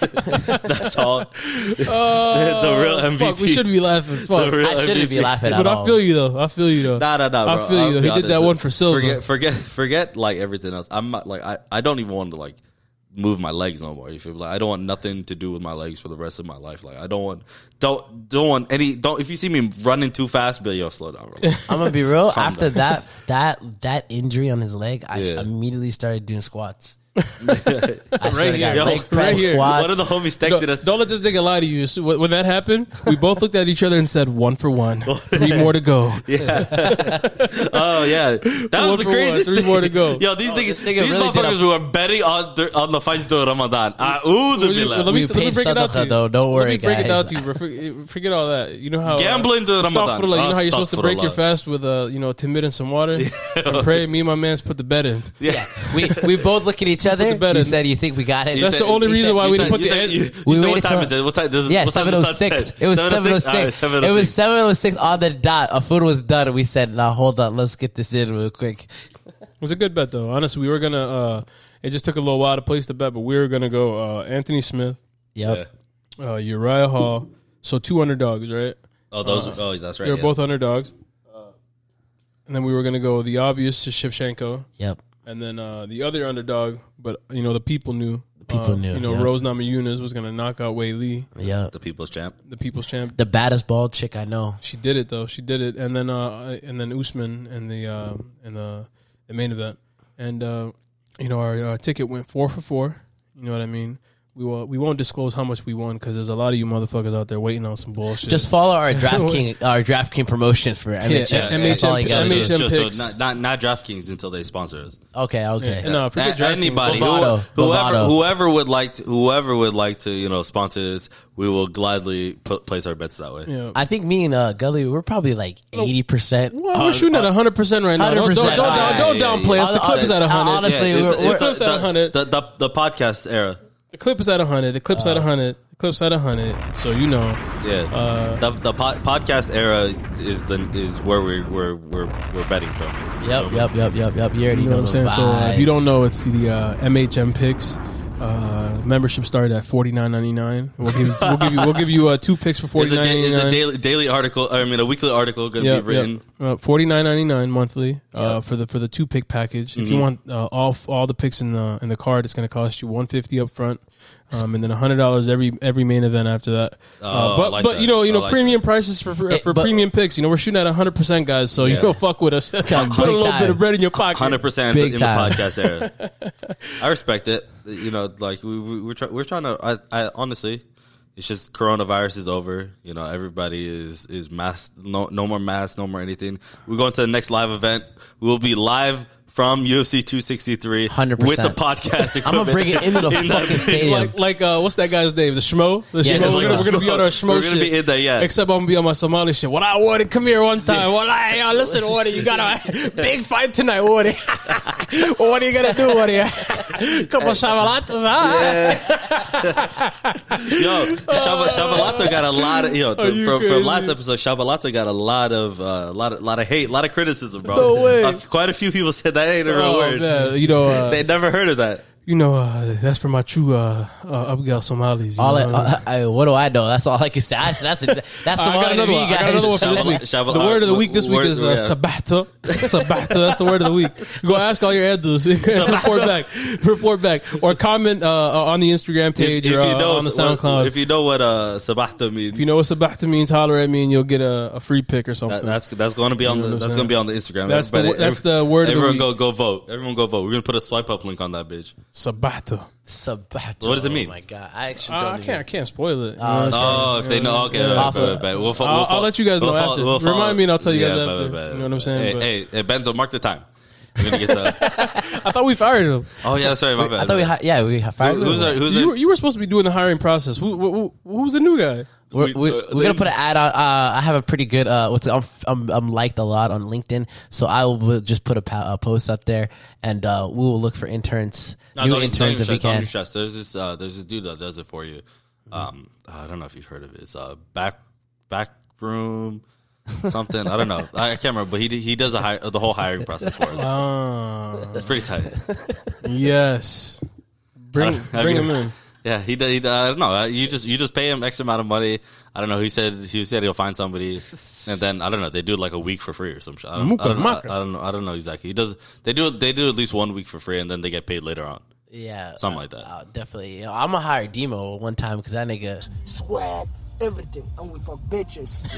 That's all. the, the real MVP. Oh, Fuck, we should be laughing. the Fuck, real I shouldn't be MVP. laughing at but I all. feel you though. I feel you though. Nah, nah, nah. I bro. feel I'll you. He be did honest. that one for Silva. Forget, forget, forget, like everything else. I'm not, like, I, I don't even want to like move my legs no more. You feel me? like I don't want nothing to do with my legs for the rest of my life. Like I don't want, don't, don't want any. Don't if you see me running too fast, Bill, yo, slow down. Bro. I'm gonna be real. Calm After down. that, that that injury on his leg, I s- Yeah. immediately started doing squats. I swear to God, here. Yo, leg press right here. squats. One of the homies texted us. Don't, don't let this nigga lie to you. So wh- when that happened, we both looked at each other and said, "One for one, three more to go." Oh yeah, that was the for one, craziest. three thing. more to go. Yo, these Oh, this niggas, nigga these really did a- motherfuckers were betting on the, on the fights during Ramadan. Ah, ooh, the Let me, billah. let me- We let me paid break it out to sadaqa you. though, don't Let worry, me break it guys. out to you. bro. Forget- Forget all that. You know how uh, Gambling to Ramadan. astaghfirullah, You know how you're supposed to break your Astaghfirullah. fast with uh, you know, timid and some water and pray. Me and my man's put the bed in. Yeah. we we both look at each other. the bed You in. said you think we got it. That's the only he reason said- why he we said- didn't put you the said, end. you, you We said waited what time till- is it? What time? This, Yeah, what time seven does oh the sun six. set? It was 7:06? All right, 706. It was 7:06. 706 on the dot. Our food was done. We said, "Now hold on, let's get this in real quick." It was a good bet though. Honestly, we were gonna. Uh, it just took a little while to place the bet, but we were gonna go uh, Anthony Smith, Yep. Yeah. uh, Uriah Hall. So two underdogs, right? Oh, those. oh, that's right. They were yeah. both underdogs. And then we were gonna go the obvious to Shevchenko, Yep. and then uh, the other underdog, but you know the people knew. The people knew, You know yeah. Rose Namajunas was gonna knock out Wei Lee, Yep. the people's champ. the people's champ. The baddest bald chick I know. She did it though. She did it, and then uh, and then Usman and the uh, and the, the main event, and uh, you know our uh, ticket went four for four. You know what I mean? We will. We won't disclose how much we won because there's a lot of you motherfuckers out there waiting on some bullshit. Just follow our DraftKings our DraftKings promotion for MHM. yeah, That's all you MHM got. MHM Just- just- picks. not, not not DraftKings until they sponsor us. Okay, okay. no, A- uh, forget DraftKings. anybody, who- Bovado. whoever, Bovado. whoever would like to, whoever would like to, you know, sponsor us, we will gladly put, place our bets that way. Yeah. I think me and uh, Gully we're probably like eighty percent. Well, we're shooting at 100 percent right now. Don't, 100%. don't, don't, Yeah, don't yeah, yeah. downplay us. The Hon- clip is at hon- 100. honestly, it's- we're- it's we're- the- Clips at the- 100. The, the, the podcast era. The clip is at 100. The clip's at 100. The clip's at 100. So you know, Yeah, Uh, the, the po- podcast era is the is where we we're we're we're betting from. So- Oh, Yep, yep, yep, yep, yep. You already you know what I'm saying. the So uh, if you vibes. don't know, it's the uh, MHM picks. Uh, membership started at 49.99. We'll give we'll give you we'll give you uh, two picks for It's a, da- it's a 49.99. daily daily article. I mean, a weekly article going to Yep, be written. yep. Uh, 49.99 monthly uh, for the for the two pick package. If you Mm-hmm. want uh, all all the picks in the in the card, it's going to cost you 150 up front. Um, and then hundred dollars every every main event after that. Oh, Uh, I but like but that. you know you I know like premium prices for for, Eh, for but- premium picks. You know we're shooting at hundred percent guys, so you Yeah. go fuck with us. Put a little time. bit of bread in your pocket. Hundred percent in Big the time. podcast era. I respect it. You know, like we, we we're try, we're trying to. I, I honestly, it's just coronavirus is over. You know, everybody is is mask. No, no more masks. No more anything. We're going to the next live event. We'll be live. From UFC 263 100%. with the podcast I'm gonna bring it into the fucking stadium. like like uh, what's that guy's name? The Schmo. The Yeah, Schmo. the We're gonna, Schmo. we're gonna be on our Schmo. We're gonna shit. be in there, yeah. Except I'm gonna be on my Somali shit. What I wanted, come here one time. What I yo, listen, what you got a big fight tonight? What? well, what are you gonna do? What? Couple shavalatas, huh? Yo, Shab- Shabalato got a lot of yo you from, crazy? from last episode. Shabalato got a lot of a lot of lot of hate, a lot of criticism, bro. No way. Uh, quite a few people said that ain't a real Oh, word. man, you know, uh, They never heard of that. you know, uh, that's for my true uh, uh, Abgal Somalis. you All I, know? uh, I, I, what do I know? That's all I can say. That's that's that's uh, I got another one. I got another one for this Shabba- week. Shabba- the uh, word of the week this week word- is uh, yeah. sabata. Sabata. That's the word of the week. Go ask all your elders. report back. Report back. Or comment uh, on the Instagram page or uh, on the what- SoundCloud. if, if you, you know what uh, Sabato means, know what sabata means, holler at me and you'll get a, a free pick or something. that, that's that's going to be on know what the I'm that's saying? going to be on the Instagram. That's the wo- that's the word of the Everyone week. go go vote. Everyone go vote. We're gonna put a swipe up link on that bitch. sabata. Sabato. What does it mean? Oh my god, I actually Uh, don't. I even- can't. I can't spoil it. Uh, You Oh, know what I'm saying? Oh, if they know, okay, Yeah. yeah. Awesome. We'll, fo- I'll- we'll fo- I'll let you guys we'll know fo- after. we'll follow- Remind me and I'll tell you guys Yeah, after. bet, bet, You know what I'm bet. saying? But- Hey, hey, hey, Benzo, mark the time. We're gonna get the. I thought we fired him. Oh yeah, sorry, my bad. I thought we hi- yeah we hi- fired. Who- who's our, who's You our, were, you were supposed to be doing the hiring process. Who, who, who- who's the new guy? We're, We- we, uh, are gonna there's- put an ad on. Uh, I have a pretty good. Uh, what's I'm, I'm I'm liked a lot on LinkedIn, so I will just put a, pa- a post up there, and uh, we will look for interns, No, new don't- don't even interns if we stress, don't even can. stress. There's this uh, there's this dude that does it for you. Um, I don't know if you've heard of it. It's uh, back back room something. I don't know. I, I can't remember, but he d- he does a hi- the whole hiring process for us. Ah, It's pretty tight. yes. Uh, Bring Have bring you- him in. Yeah, he does. He, d- I don't know. Uh, You just you just pay him X amount of money. I don't know. He said he said he'll find somebody, and then I don't know. They do it like a week for free or some shit. I don't, I Muka don't, know. I, maka. I don't know. I don't know exactly. He does. They do. They do at least one week for free, and then they get paid later on. Yeah, Something uh, like that. uh, definitely. You know, I'm gonna hire Demo one time because that nigga. swag, everything, and we fuck bitches.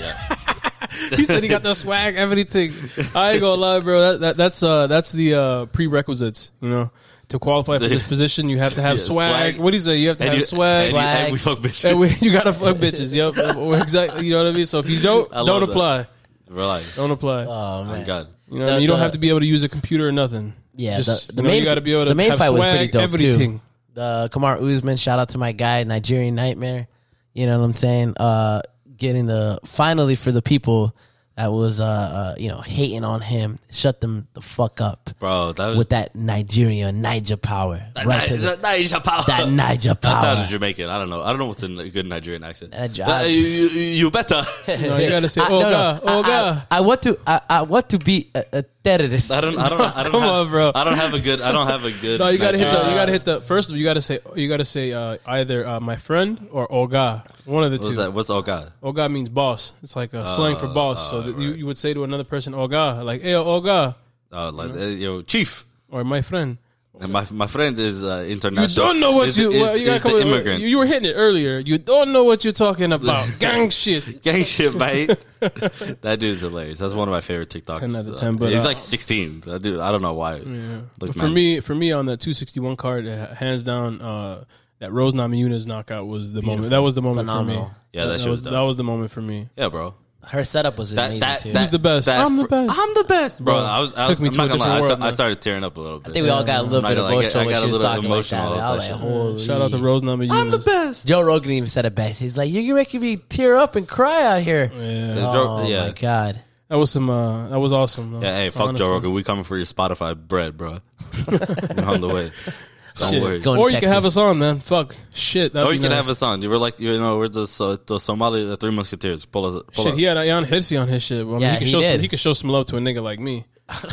He said he got the swag, everything. I ain't gonna lie, bro. That, that that's uh that's the uh prerequisites, you know. To qualify for this position, you have to have Yeah, swag. swag. What do you say? You have to And have you, And, swag. you, and Swag. we fuck bitches. And we, you gotta fuck bitches. Yep, exactly. You know what I mean. So if you don't, I love don't that. apply. We're like, Don't apply. Oh oh my man, god. you know, what I mean? the- you don't the- have to be able to use a computer or nothing. yeah. Just, the, you the know, main you gotta be able to. the main have fight was swag, pretty dope everything. too. The Kamar Uzman, shout out to my guy, Nigerian Nightmare. You know what I'm saying? Uh, getting the finally for the people that was uh, uh you know hating on him, shut them the fuck up. Bro, that was with that Nigeria Niger power, right? to the- that, that Niger power. that Niger That's power. not Jamaican. I don't know. I don't know what's in a good Nigerian accent. Niger- Uh, you, you, you better. No, you gotta say, I- "Oh no, no. god, oh I- I- god." I, want to. I, I want to be a, a terrorist. I don't. I don't. I don't Come have, on, bro. I don't have a good. I don't have a good. No, you gotta hit the. Nigerian You gotta hit the. First of all, you gotta say. You gotta say uh, either uh, my friend or Oga. One of the accent. What's two. that? Oh, What's oh god? Oga means boss. It's like a slang for boss. so that you, you would say to another person, Oga, like, "Hey, Oga," Oh, like Mm-hmm. uh, yo, chief. or my friend. And my my friend is uh, international. You don't know what Is- you. is, well, you gotta is come the with- immigrant. You, you were hitting it earlier. You don't know what you're talking about. Gang shit. Gang shit, mate. that dudede's hilarious. That's one of my favorite TikToks. 10 out of 10, but, he's uh, like 16. That dude, I don't know why. Look, For man. me, for me on that 261 card, uh, hands down, uh, that Rose Namajuna's knockout was the moment. That was the moment for Phenomenal. me. Yeah, that shit was was dope. that was the moment for me. Yeah, bro. Her setup was That amazing that, too. that Who's the best? that I'm the fr- best. I'm the best, bro. I was, I Took was me I'm to not a gonna lie. I, different sta- world, I man. started tearing up a little bit. I think we all got a little I'm not bit gonna lie, I emotional get- I when got she a was little talking like that. emotional. I I was was like, like, holy. Shout out to Rose Namajunas. I'm the best. Joe Rogan even said it best. He's like, "You're making me tear up and cry out here." Yeah. Joe- Oh yeah. my god! That was some. Uh, that was awesome. Though, Yeah, hey, fuck honestly. Joe Rogan. We coming for your Spotify bread, bro. We're on the way. Don't Shit. worry. Going Or to you can Texas. have us on, man. Fuck shit. that'd Or be you can nice. have us on. You were like, you know, we're the, so, the Somali the Three Musketeers. Pull us. Pull Shit, up. he had Ayan Hirsi on his shit. Well, I mean, Yeah, he could he show some, did. he could show some love to a nigga like me.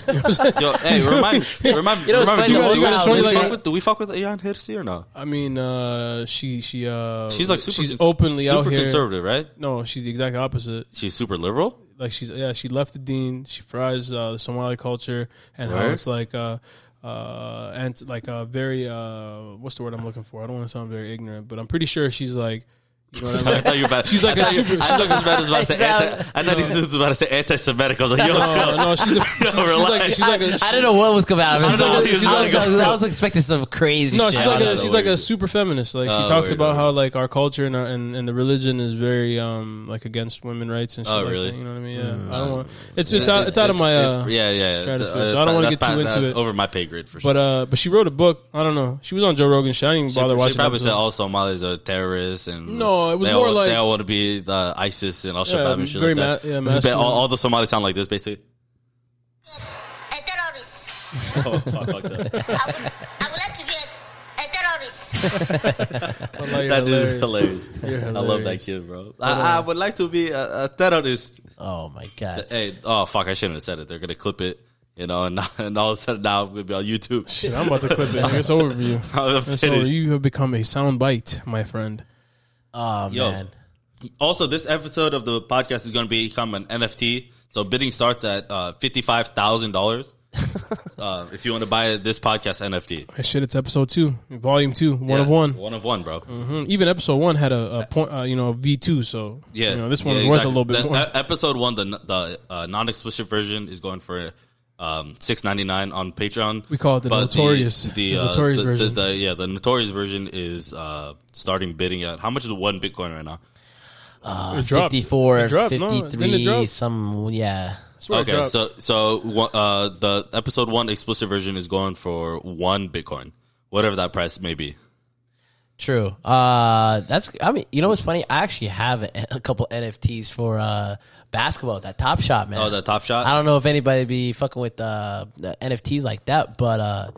Yo, hey, remind, remind, You know, it's remind me. Do, funny, we- the whole do, we- time, do we like- fuck with, do we fuck with Ian Hirsi or no? I mean, uh, she she uh, She's like super. she's cons- openly super out here. conservative, right? No, she's the exact opposite. She's super liberal. Like she's yeah, she left the dean. She fries uh, the Somali culture and how Word. it's like uh, uh, and like uh, very uh, what's the word I'm looking for? I don't want to sound very ignorant, but I'm pretty sure she's like. You know what I mean? I thought you were about. She's like I a thought you- super- I thought this man was about to say Exactly. anti. I thought he was about to say anti-Semitic. I was like, yo, No, chill. no, she's a, she- she's like relax. she's like a, I don't know what was coming out of I it. don't know what he was I was, gonna go I for. was expecting some crazy No, shit. she's like a, honestly. she's like a super feminist. Like she Oh, talks weird, about weird. how like our culture and our and, and the religion is very um like against women rights and shit. Oh, like really? Hmm. that, you know what I mean? Yeah. I don't want. It's it's out, it's out of my It's- uh, it's- yeah, yeah. yeah. stratosphere, That's so I don't pa- want to that's get pa- too into that's it. Over my pay grade for sure. But uh, but she wrote a book. I don't know. She was on Joe Rogan. Shit. I didn't even bother she, watching. she probably the said "Oh, episode. all Somalis are terrorists and No, it was they more all, like- they all want to be the ISIS and Al Yeah, Shabaab and shit very like that. ma- yeah, But masculine. all, all the Somalis sound like this basically. a terrorist. Oh, fuck, fuck that. I would, I would like to be a, a terrorist. But, like, that dude is hilarious. hilarious. I love that hilarious. uh, kid, bro. I, I would like to be a, a terrorist. oh my god! Hey, oh fuck, I shouldn't have said it. They're gonna clip it, you know, and, and all of a sudden now I'm gonna be on YouTube. Shit, I'm about to clip it. nigga. It's over for you. I'm gonna It's finish. over. You have become a sound bite, my friend. Oh Yo. man, Also, this episode of the podcast is going to become an NFT. So bidding starts at uh, fifty-five thousand dollars uh, if you want to buy this podcast NFT. Hey, shit, it's episode two, volume two, one of Yeah, one. one of one, bro. Mm, Even episode one had a, a point, uh, you know, V two. So Yeah, you know, this Yeah, one's worth a exactly. little bit The- more. e- episode one, the the uh, non-explicit version is going for um, six ninety nine on Patreon. We call it the But notorious- the, the uh, notorious the- version. the- the- yeah, the notorious version is uh, starting bidding at how much is one Bitcoin right now? It dropped. It fifty-four, dropped, no, it didn't fifty-three, drop. some yeah. I swear it okay, dropped. so so one- uh, the episode one explicit version is going for one Bitcoin, whatever that price may be. True. Uh, that's. I mean, you know what's funny? I actually have a, a couple NFTs for uh, basketball. That Top Shot, man. Oh, the Top Shot? I don't know if anybody be fucking with uh, the NFTs like that, but uh,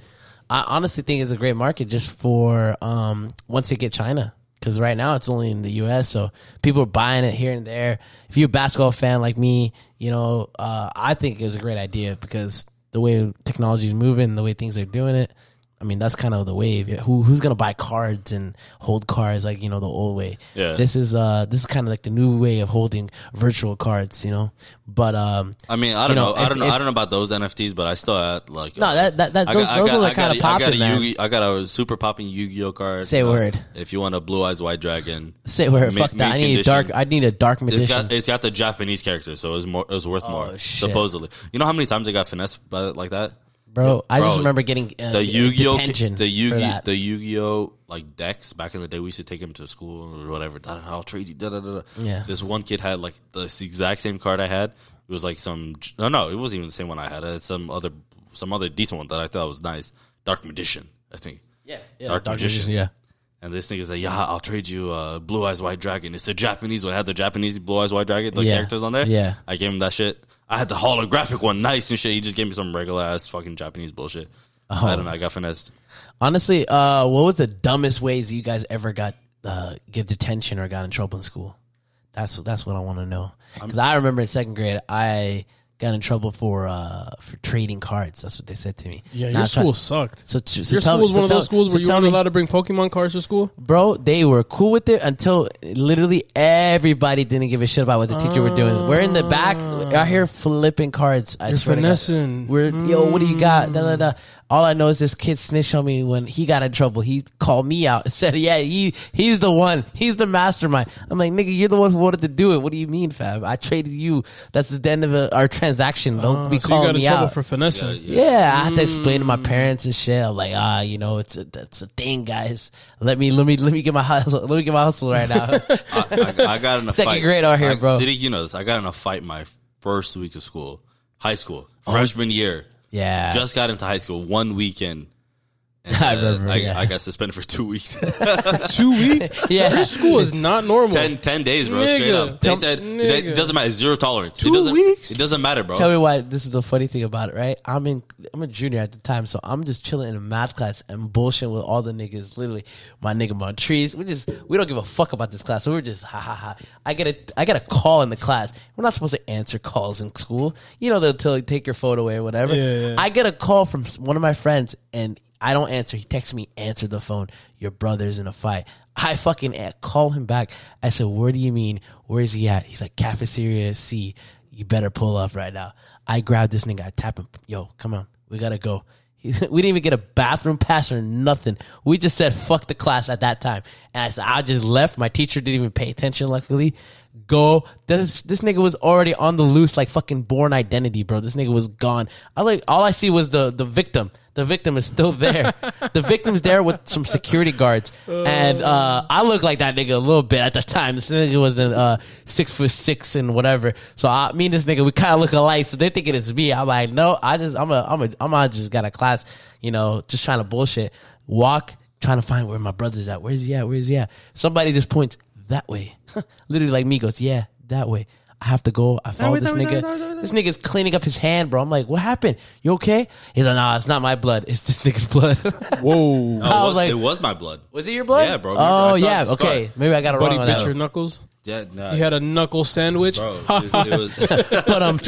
I honestly think it's a great market just for um, once it get China. Because right now it's only in the U.S., so people are buying it here and there. If you're a basketball fan like me, you know uh, I think it was a great idea because the way technology is moving, the way things are doing it, I mean, that's kind of the wave. Who who's gonna buy cards and hold cards like you know the old way? Yeah. This is uh this is kind of like the new way of holding virtual cards, you know. But um, I mean, I don't You know, know, I if- don't know, I if- don't know about those NFTs, but I still had like uh, no, that that, that I those, got- I those got- are I the kind got of a- I got a popping man. Yu-Gi- I got a super popping Yu-Gi-Oh card. Say you know, word. If you want a blue eyes white dragon, Say where Mint- fuck that. I mint need a condition. dark. I need a dark It's magician. got it's got the Japanese character, so it was more it was worth more. Oh, shit. Supposedly, you know how many times I got finessed by like that. bro, I Bro, just remember getting uh, The Yu-Gi-Oh, detention the for Yu-Gi, that. the Yu-Gi-Oh, like decks back in the day, we used to take him to school or whatever. Da, da, da, I'll trade you. Da, da, da, da. Yeah. This one kid had like this exact same card I had. It was like some. No, no, it wasn't even the same one I had. It's some other, some other decent one that I thought was nice. Dark Magician, I think. yeah, yeah, Dark Magician. Yeah. And this nigga's like, yeah, I'll trade you uh, Blue Eyes White Dragon. It's the Japanese one. I had the Japanese Blue Eyes White Dragon, the Yeah. characters on there. Yeah. I gave him that shit. I had the holographic one, nice and shit. He just gave me some regular ass fucking Japanese bullshit. Oh. I don't know. I got finessed. Honestly, uh, what was the dumbest ways you guys ever got uh, get detention or got in trouble in school? That's that's what I want to know. Because I remember in second grade, I got in trouble for uh, for trading cards. That's what they said to me. yeah, And your I tried- school sucked. so, t- so your tell school me- was so one of tell- those schools so where you tell weren't me- allowed to bring Pokemon cards to school. bro. They were cool with it until literally everybody didn't give a shit about what the teacher were doing. We're in the back, out here flipping cards. I Ah. You're swear to God. finessing. Mm. We're yo, what do you got? Da, da, da. All I know is this kid snitched on me when he got in trouble. He called me out and said, "Yeah, he he's the one. He's the mastermind." I'm like, "Nigga, you're the one who wanted to do it. What do you mean, Fab? I traded you. That's the end of uh, our transaction. Don't Uh, be so calling you got in me trouble out." for finessing. yeah, I had to explain to my parents and shit. I'm like, ah, you know, it's a, that's a thing, guys. Let me, let me, let me get my hustle. Let me get my hustle right now. I, I got in a Second fight. grade out here, I, bro. City, you know this. I got in a fight my first week of school, high school, freshman year. Oh, yeah, Just got into high school one weekend. And, I uh, remember, I, yeah. I got suspended for two weeks, Two weeks? yeah. School is not normal. ten, 10 days, bro. Straight Nigga. up. They Tell- said nigga. it doesn't matter. Zero tolerance. Two it doesn't, weeks? It doesn't matter, bro. Tell me why this is the funny thing about it, right? I'm in I'm a junior at the time, so I'm just chilling in a math class and bullshitting with all the niggas. Literally, my nigga Montrese. We just we don't give a fuck about this class. So we're just ha ha ha. I get a I get a call in the class. We're not supposed to answer calls in school. You know they'll tell you take your phone away or whatever. Yeah, yeah. I get a call from s- one of my friends and I don't answer. He texts me, answer the phone. Your brother's in a fight. I fucking a- call him back. I said, where do you mean? Where is he at? He's like, cafeteria C. You better pull up right now. I grab this nigga. I tap him. Yo, come on. We gotta go. He- We didn't even get a bathroom pass or nothing. We just said fuck the class at that time. And I said, I just left. My teacher didn't even pay attention, luckily. Go. This this nigga was already on the loose, like fucking born identity, bro. This nigga was gone. I was like all I see was the the victim. The victim is still there. the victim's there with some security guards. And uh, I look like that nigga a little bit at the time. This nigga was in, uh, six foot six and whatever. So I, me and this nigga, we kind of look alike. So they thinking it's me. I'm like, no, I just, I'm a, I'm a, I'm a, just got a class, you know, just trying to bullshit. Walk, trying to find where my brother's at. Where's he at? Where's he at? Somebody just points that way. Literally like me goes, yeah, that way. I have to go. I follow this nigga. This nigga's cleaning up his hand, bro. I'm like, what happened? You okay? He's like, nah, it's not my blood. It's this nigga's blood. Whoa. No, it I was was- like- it was my blood. Was it your blood? Yeah, bro. Remember, I Oh saw yeah. the scar. Okay. Maybe I got it Buddy, wrong. on that bitch your one. knuckles. Yeah, nah, You had a knuckle sandwich. bro. it- it was- But um,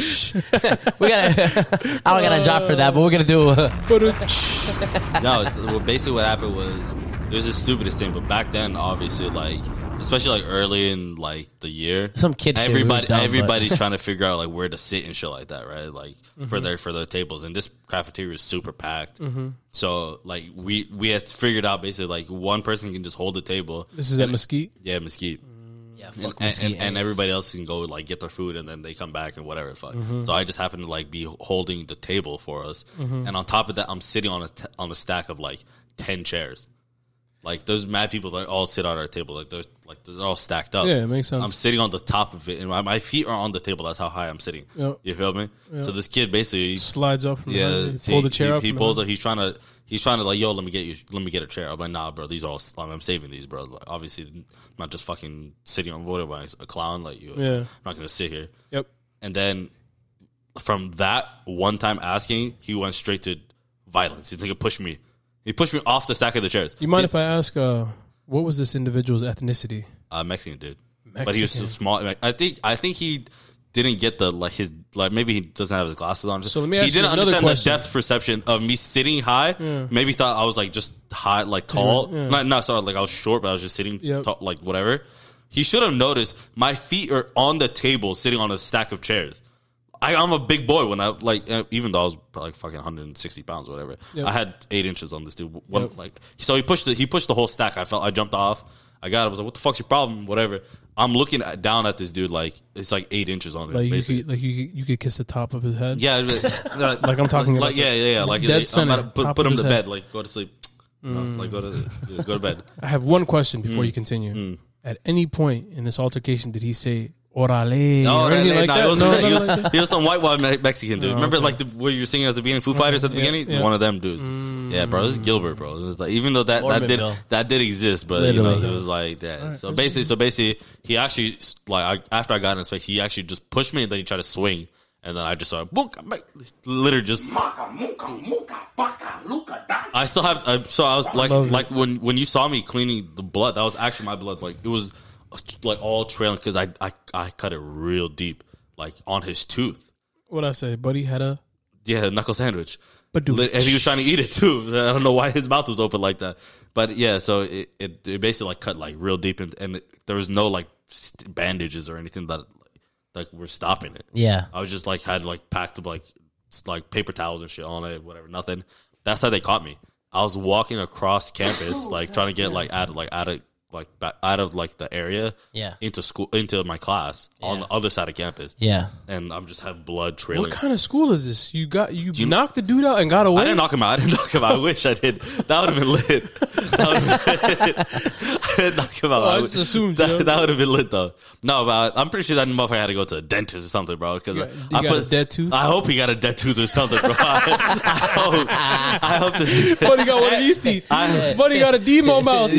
we gotta. I don't got a job for that, but we're gonna do. Uh, But it- no, it's- well, basically what happened was it was the stupidest thing. But back then, obviously, like especially like early in like the year, Some kid shit, we were everybody, dumb, but- everybody's trying to figure out like where to sit and shit like that, right? Like Mm-hmm. for their for their tables, and this cafeteria is super packed. So like we we had figured out basically like one person can just hold the table. this is at Mesquite. Yeah, mesquite. yeah, And, and, and, and everybody else can go like get their food and then they come back and whatever the fuck. Mm-hmm. So I just happen to like be holding the table for us, Mm-hmm. and on top of that, I'm sitting on a t- on a stack of like ten chairs. Like there's mad people that all sit on our table, like they're like they're all stacked up. Yeah, it makes sense. I'm sitting on the top of it, and my, my feet are on the table. That's how high I'm sitting. Yep. You feel me? So this kid basically Slides up from yeah, behind. see, Pull the chair he, up. He from pulls up. He's trying to. He's trying to like, yo, let me get you. Let me get a chair. I'm like, nah, bro. These all. I'm, I'm saving these, bro. Like, obviously, I'm not just fucking sitting on water by a clown like you. Yeah. I'm not gonna sit here. behind. Yep. And then from that one time asking, he went straight to violence. He's like, push me. He pushed me off the stack of the chairs. You mind if I ask, uh, what was this individual's ethnicity? uh, Mexican dude, but he was Mexican. just small. like, I think I think he didn't get the like his like maybe he doesn't have his glasses on. So let me he ask you didn't another understand question. the depth perception of me sitting high. Maybe thought I was like just high, like tall. yeah. Not not sorry, like I was short, but I was just sitting Yep. tall, like whatever. He should have noticed my feet are on the table, sitting on a stack of chairs. I, I'm a big boy when I like, uh, even though I was probably like fucking 160 pounds, or whatever. Yep. I had eight inches on this dude. One, Like, so he pushed the, he pushed the whole stack. I felt I jumped off. I got. it. I was like, "What the fuck's your problem?" Whatever. I'm looking at, down at this dude like it's like eight inches on it. Like you, basically. could, like you, you could kiss the top of his head. yeah, like, Like I'm talking about like yeah, yeah, yeah. Like Dead like, I'm center, about to put, top put him of his to head. bed. Like go to sleep. You know, like go to yeah, go to bed. I have one question before Mm. you continue. At any point in this altercation, did he say "orale" No, or no, anything no, like no, that? it was, No, he, nothing was, like that? he was some white white Me- Mexican dude. Remember, like the, where you were singing at the beginning, Foo Fighters at the yeah, beginning, yeah. one of them dudes. Yeah, bro, this is Gilbert, bro. It was like, even though that that did Ormanville. that did exist, but you know, Literally. it was like that. so basically, so basically, he actually like I, after I got in his face, he actually just pushed me and then he tried to swing, and then I just saw book, literally just Maca, muca, muca, paca, luca, da. I still have. I, so I was like, like when when you saw me cleaning the blood, that was actually my blood. Like it was like all trailing because I, I I cut it real deep, like on his tooth. What I say, buddy had a Yeah, knuckle sandwich. But dude- Lit- and he was trying to eat it too. I don't know why his mouth was open like that. But yeah, so it, it, it basically like cut like real deep, and, and it, there was no like st- bandages or anything that like were stopping it. yeah. I was just like had like packed up like s- like paper towels and shit on it, whatever, nothing. That's how they caught me. I was walking across campus, like trying to get like out of like out of like ba- out of like the area, Yeah. into school into my class on the other side of campus, Yeah. and I'm just have blood What trailing. kind of school is this? You got you, knocked the dude out and got away. I didn't knock him out. I didn't knock him out. I wish I did. That would have been lit. That would've been lit. I didn't knock him out. Oh, I would- just assumed, yo. that, that would have been lit though. No, but I, I'm pretty sure that motherfucker had to go to a dentist or something, bro. Because you I got a dead tooth? I hope he got a dead tooth or something, bro. I, hope. I hope this. Buddy got one of these teeth. Buddy got a demo mouth.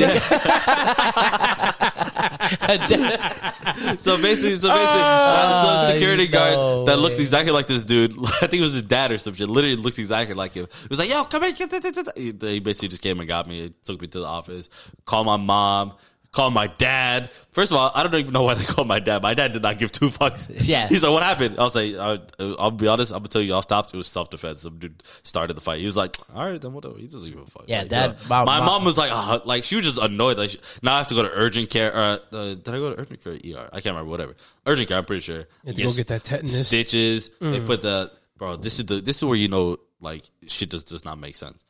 So basically, so basically, uh, some security guard that looked exactly like this dude. I think it was his dad or some shit. Literally looked exactly like him. He was like, "Yo, come in." Get this, this, this." He he basically just came and got me. Took me to the office. Called my mom. Called my dad. First of all, I don't even know why they called my dad. My dad did not give two fucks. Yeah. He's like, "What happened?" I was like, I, "I'll be honest. I'm gonna tell you off top. It was self defense. Some dude started the fight. He was like, "All right, then whatever." He doesn't give a fuck. Yeah, Like, dad- bro, my- my my- mom was like, uh, like she was just annoyed. Like she, now I have to go to urgent care. Uh, uh, did I go to urgent care? Or ER? I can't remember. Whatever. Urgent care. I'm pretty sure. had to go get that tetanus. Mm. Stitches. They put the bro. This is the this is where you know like shit just does not make sense.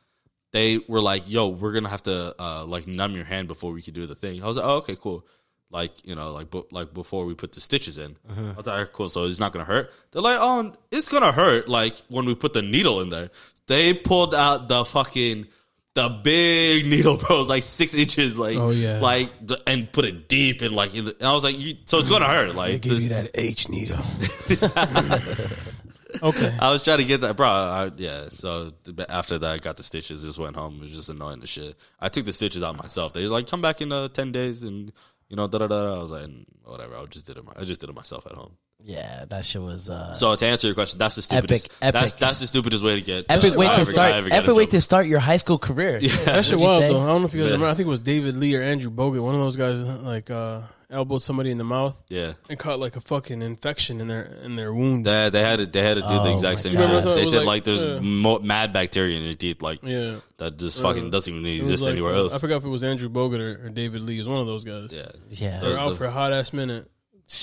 They were like, "Yo, we're gonna have to uh, like numb your hand before we can do the thing." I was like, "Oh, okay, cool." Like you know, like bu- like before we put the stitches in, I Uh-huh. was like, "All right, "Cool, so it's not gonna hurt." They're like, "Oh, it's gonna hurt." Like when we put the needle in there, they pulled out the fucking the big needle, bro. It was like six inches, like Oh, yeah. like the- and put it deep and like in the, and I was like, you, "So it's gonna Uh-huh. hurt." Like this- that H needle. okay. I was trying to get that, bro. I, yeah. So the- but after that, I got the stitches. Just went home. It was just annoying as shit. I took the stitches out myself. They was like, come back in uh, ten days, and you know, da da da. da." I was like, "Mm, whatever. I just did it. My, I just did it myself at home. Yeah, that shit was uh, So to answer your question, that's the stupidest. Epic, epic. That's that's the stupidest way to get epic uh, way I ever- to I start. ever get in Epic way to trouble. start your high school career. Yeah, That shit wild though. I don't know if you guys Yeah. remember. I think it was David Lee or Andrew Bogut. One of those guys like uh, elbowed somebody in the mouth Yeah. and caught like a fucking infection in their in their wound. They, they had to, they had to do the Oh exact my same God. shit. Remember I thought it They was said like, like, there's uh, mo- mad bacteria in your teeth, like yeah. that just fucking doesn't even It was exist like- uh, anywhere else. I forgot if it was Andrew Bogut or, or David Lee. It was one of those guys. yeah, They were Those- out the- for a hot ass minute.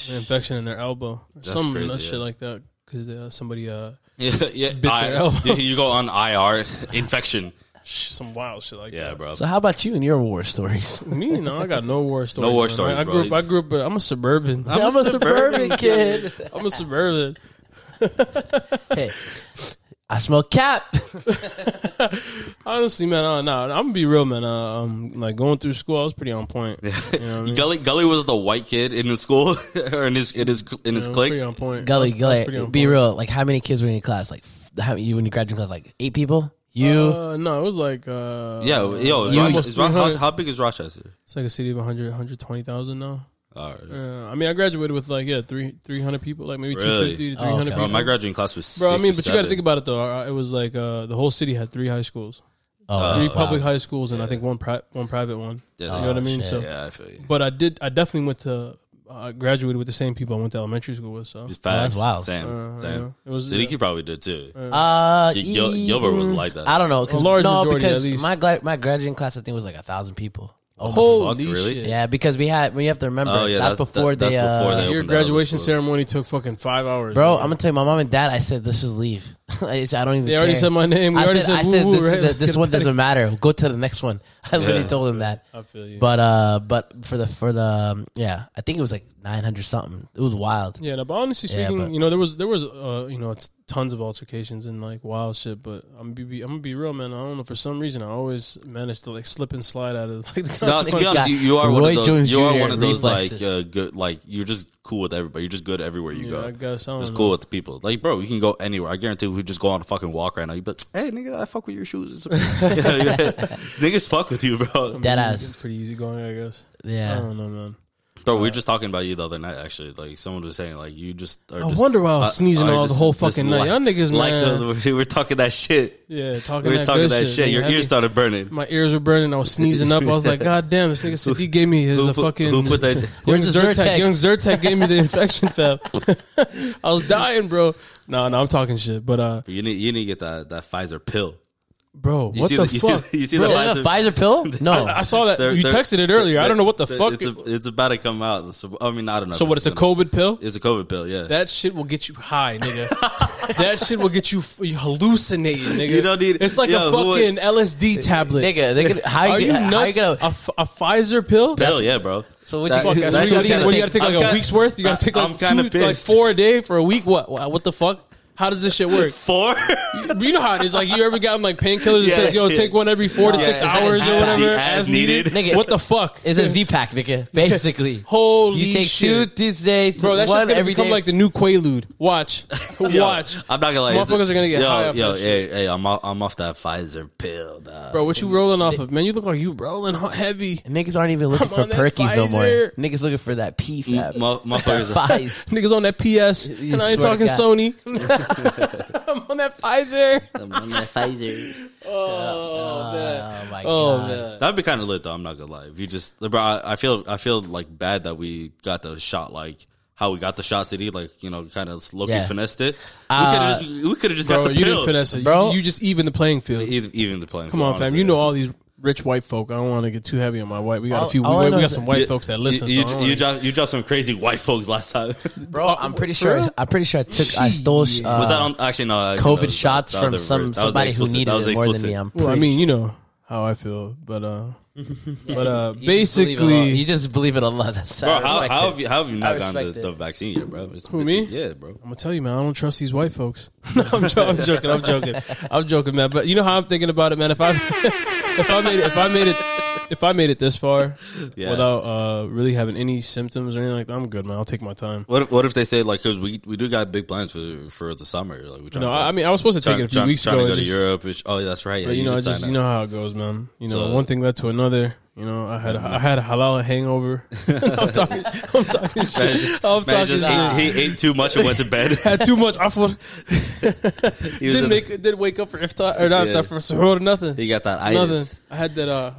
An infection in their elbow. Or Some crazy, nut shit yeah. like that. Because uh, somebody, uh, yeah, yeah. their I- elbow. you go on IR infection. sh- some wild shit like Yeah, that. bro. So how about you and your war stories? Me, no, I got no war stories. No war man. stories, I, I bro. grew up, I grew up, uh, I'm a suburban. I'm, a suburban, kid. I'm a suburban. hey, I smell cap. Honestly, man, uh, nah, I'm gonna be real, man. Uh, um, like going through school, I was pretty on point. You know what I mean? Gully Gully was the white kid in his school or in his in his in his Yeah, I'm clique. pretty on point. Gully, That's Gully, pretty on be point. real. Like, how many kids were in your class? Like, f- how you when you graduated class? Like eight people. You. Uh, no, it was like uh, Yeah, yo, is You- Roche- is Ro- how, 300. how big is Rochester? it's like a city of 100, 120,000 now. All right. Uh, I mean, I graduated with like yeah, three three hundred people, like maybe Really? two fifty to Oh, three hundred okay. Bro, people. my graduating class was. Bro, six I mean, or but you got to seven. think about it though. Uh, It was like uh, the whole city had three high schools, oh, three that's wild. public high schools, and I think one pri- one private one. Uh, Yeah, you know what I mean? shit. So, Yeah, I feel you. but I did. I definitely went to. I graduated with the same people I went to elementary school with. So It's fast. wild. Same, Uh, yeah. same. It was- Siddiqui probably did too. Uh, mm, Gil- Gil- Gilbert was like that. I don't know because A large no, majority, because at least. my gla- my graduating class I think was like a thousand people. Almost. holy fuck, really? shit! yeah, because we had we have to remember Oh, yeah, that's- that's, before that- they. that's before uh, they- Your opened that other graduation school. ceremony took fucking five hours, Bro, I'm gonna tell you, my mom and dad. I said this is leave. I just- I don't even. They already care. said my name. We I already said, said I said woo-woo, this, right? the- Let's this get one outta doesn't matter. Go to the next one. I literally Yeah. told him that. I feel you. But uh, but for the for the um, yeah, I think it was like 900 something. It was wild. Yeah, no, but honestly Yeah, speaking, but- you know, there was there was uh, you know t- tons of altercations and like wild shit. But I'm be, be, I'm gonna be real, man. I don't know for some reason I always managed to like slip and slide out of like the No, to be consequences. honest, got you, you are one Roy of those. Jones you are Jr. one of those like reflexes. uh, good. Like you're just cool with everybody. You're just good everywhere you Yeah, go. I guess I don't just know. cool with the people. Like, bro, you can go anywhere. I guarantee we just go on a fucking walk right now. You be like, hey, nigga, I fuck with your shoes. Niggas fuck with you, bro. Dead It's ass. pretty easy going, I guess. I Yeah. don't know, man. Bro, we were just talking about you the other night. Actually, like someone was saying, like you just. Are I just- wonder why I was uh, sneezing are all the just- whole just fucking night. Y'all niggas, like man. the- we were talking that shit. yeah, talking We were that talking good that shit. shit. Your Nigga, I ears think started burning. My ears were burning. I was sneezing up. I was like, God damn, this nigga said he gave me his Who a put- fucking. who put that? Young Where's the Zyrtec? Zyrtec? Young Zyrtec gave me the infection, fam. I was dying, bro. No, no, I'm talking shit. But uh, You need you need to get that that Pfizer pill. bro, You what see the, you see- fuck? you see Bro, the Pfizer Yeah, the Pfizer pill? No. I saw that They're- you they're- texted it earlier. I don't know what the they're- fuck. It's, a- it's about to come out. So, I mean, I don't know. so if what? It's a gonna- COVID pill. It's a COVID pill. Yeah. That shit will get you high, nigga. that shit will get you f- hallucinating, nigga. You don't need- It's like yo, a who would- fucking LSD tablet. nigga, nigga, how Are you, you how nuts? you a, gonna? f- a Pfizer pill? Hell yeah, bro. So what That- you? Fuck, That's that's what just you gotta, kinda what, you gotta take- take like I'm a kinda- week's worth. You gotta take I'm like kinda two, like pissed. four a day for a week. What? What, what the fuck? How does this shit work? Four? you know how it is. Like you ever got like painkillers that Yeah, says yo yeah. take one every four to Yeah, six it's- hours it's or as- whatever as needed. Nigga, what the fuck? It's a Z pack, nigga. Basically, Holy you take shit. two this day, Bro, that's one just gonna every become day. like the new Quaalude. Watch, Yo, watch. I'm not gonna lie. it's- Motherfuckers are gonna get yo, high off Yo, that hey, hey, I'm off, I'm off that Pfizer pill, dog. Bro, what you rolling off of, man? You look like you rolling ho- heavy. Niggas aren't even looking Come for on, that perkies no more. Pfizer. Niggas looking for that PFAB. Mo- motherfuckers are- Fies. Niggas on that PS, and I ain't swear to talking God. Sony. I'm on that Pfizer. Oh man. Oh my Oh god. man. That'd be kind of lit, though. I'm not gonna lie. If you just, bro, I, I feel, I feel like bad that we got the shot, like how we got the shot city, like you know, kind of low key Yeah. finessed finessed it. Uh, we could have just, we could have just got Bro, the you pill. didn't finesse it. Bro. Bro. You, you just even the playing field. even, even the playing. Come field, on, fam. honestly. You know all these rich white folk. I don't want to get too heavy on my white. We got All- a few. We, all I we know got is- some white You- folks that listen. You, so I you, don't wanna- dropped, you dropped some crazy white folks last time. Bro, I'm pretty sure. I'm pretty sure I took. I stole. Uh, was that on? Actually, no. actually, COVID that was- shots that was from the some reverse. That was somebody who explicit. needed That was it more than explicit. me. I'm pretty well, I mean, sure. you know how I feel, but uh, but uh, You just believe in basically, Allah. you just believe in Allah. That's Bro, I how, respect how it. have you how have you I not gotten respect the, it. the vaccine yet, bro? It's Who, me? Yeah, bro. I'm gonna tell you, man, I don't trust these white folks. No, I'm, jo- I'm joking. I'm joking. I'm joking, man. But you know how I'm thinking about it, man. If I if I made it, if I made it if I made it this far Yeah. without uh, really having any symptoms or anything like that, I'm good, man. I'll take my time. What if, what if they say like because we we do got big plans for for the summer like we No, I, I mean I was supposed to take trying, it a few trying, weeks trying ago. to go It's to just- Europe which, oh yeah that's right yeah, But you know, did it sign just up. you know how it goes, man. You know, So- one thing led to another. You know, I had a, I had a halal hangover. I'm talking, I'm talking shit. Man, it's just- I'm man, it's talking just- shit. he, he ate too much and went to bed. Had too much. I for, he, was didn't in- make didn't wake up for iftar or not Yeah. iftar for suhoor. Nothing. he got that Nothing. itis. I had that. Uh,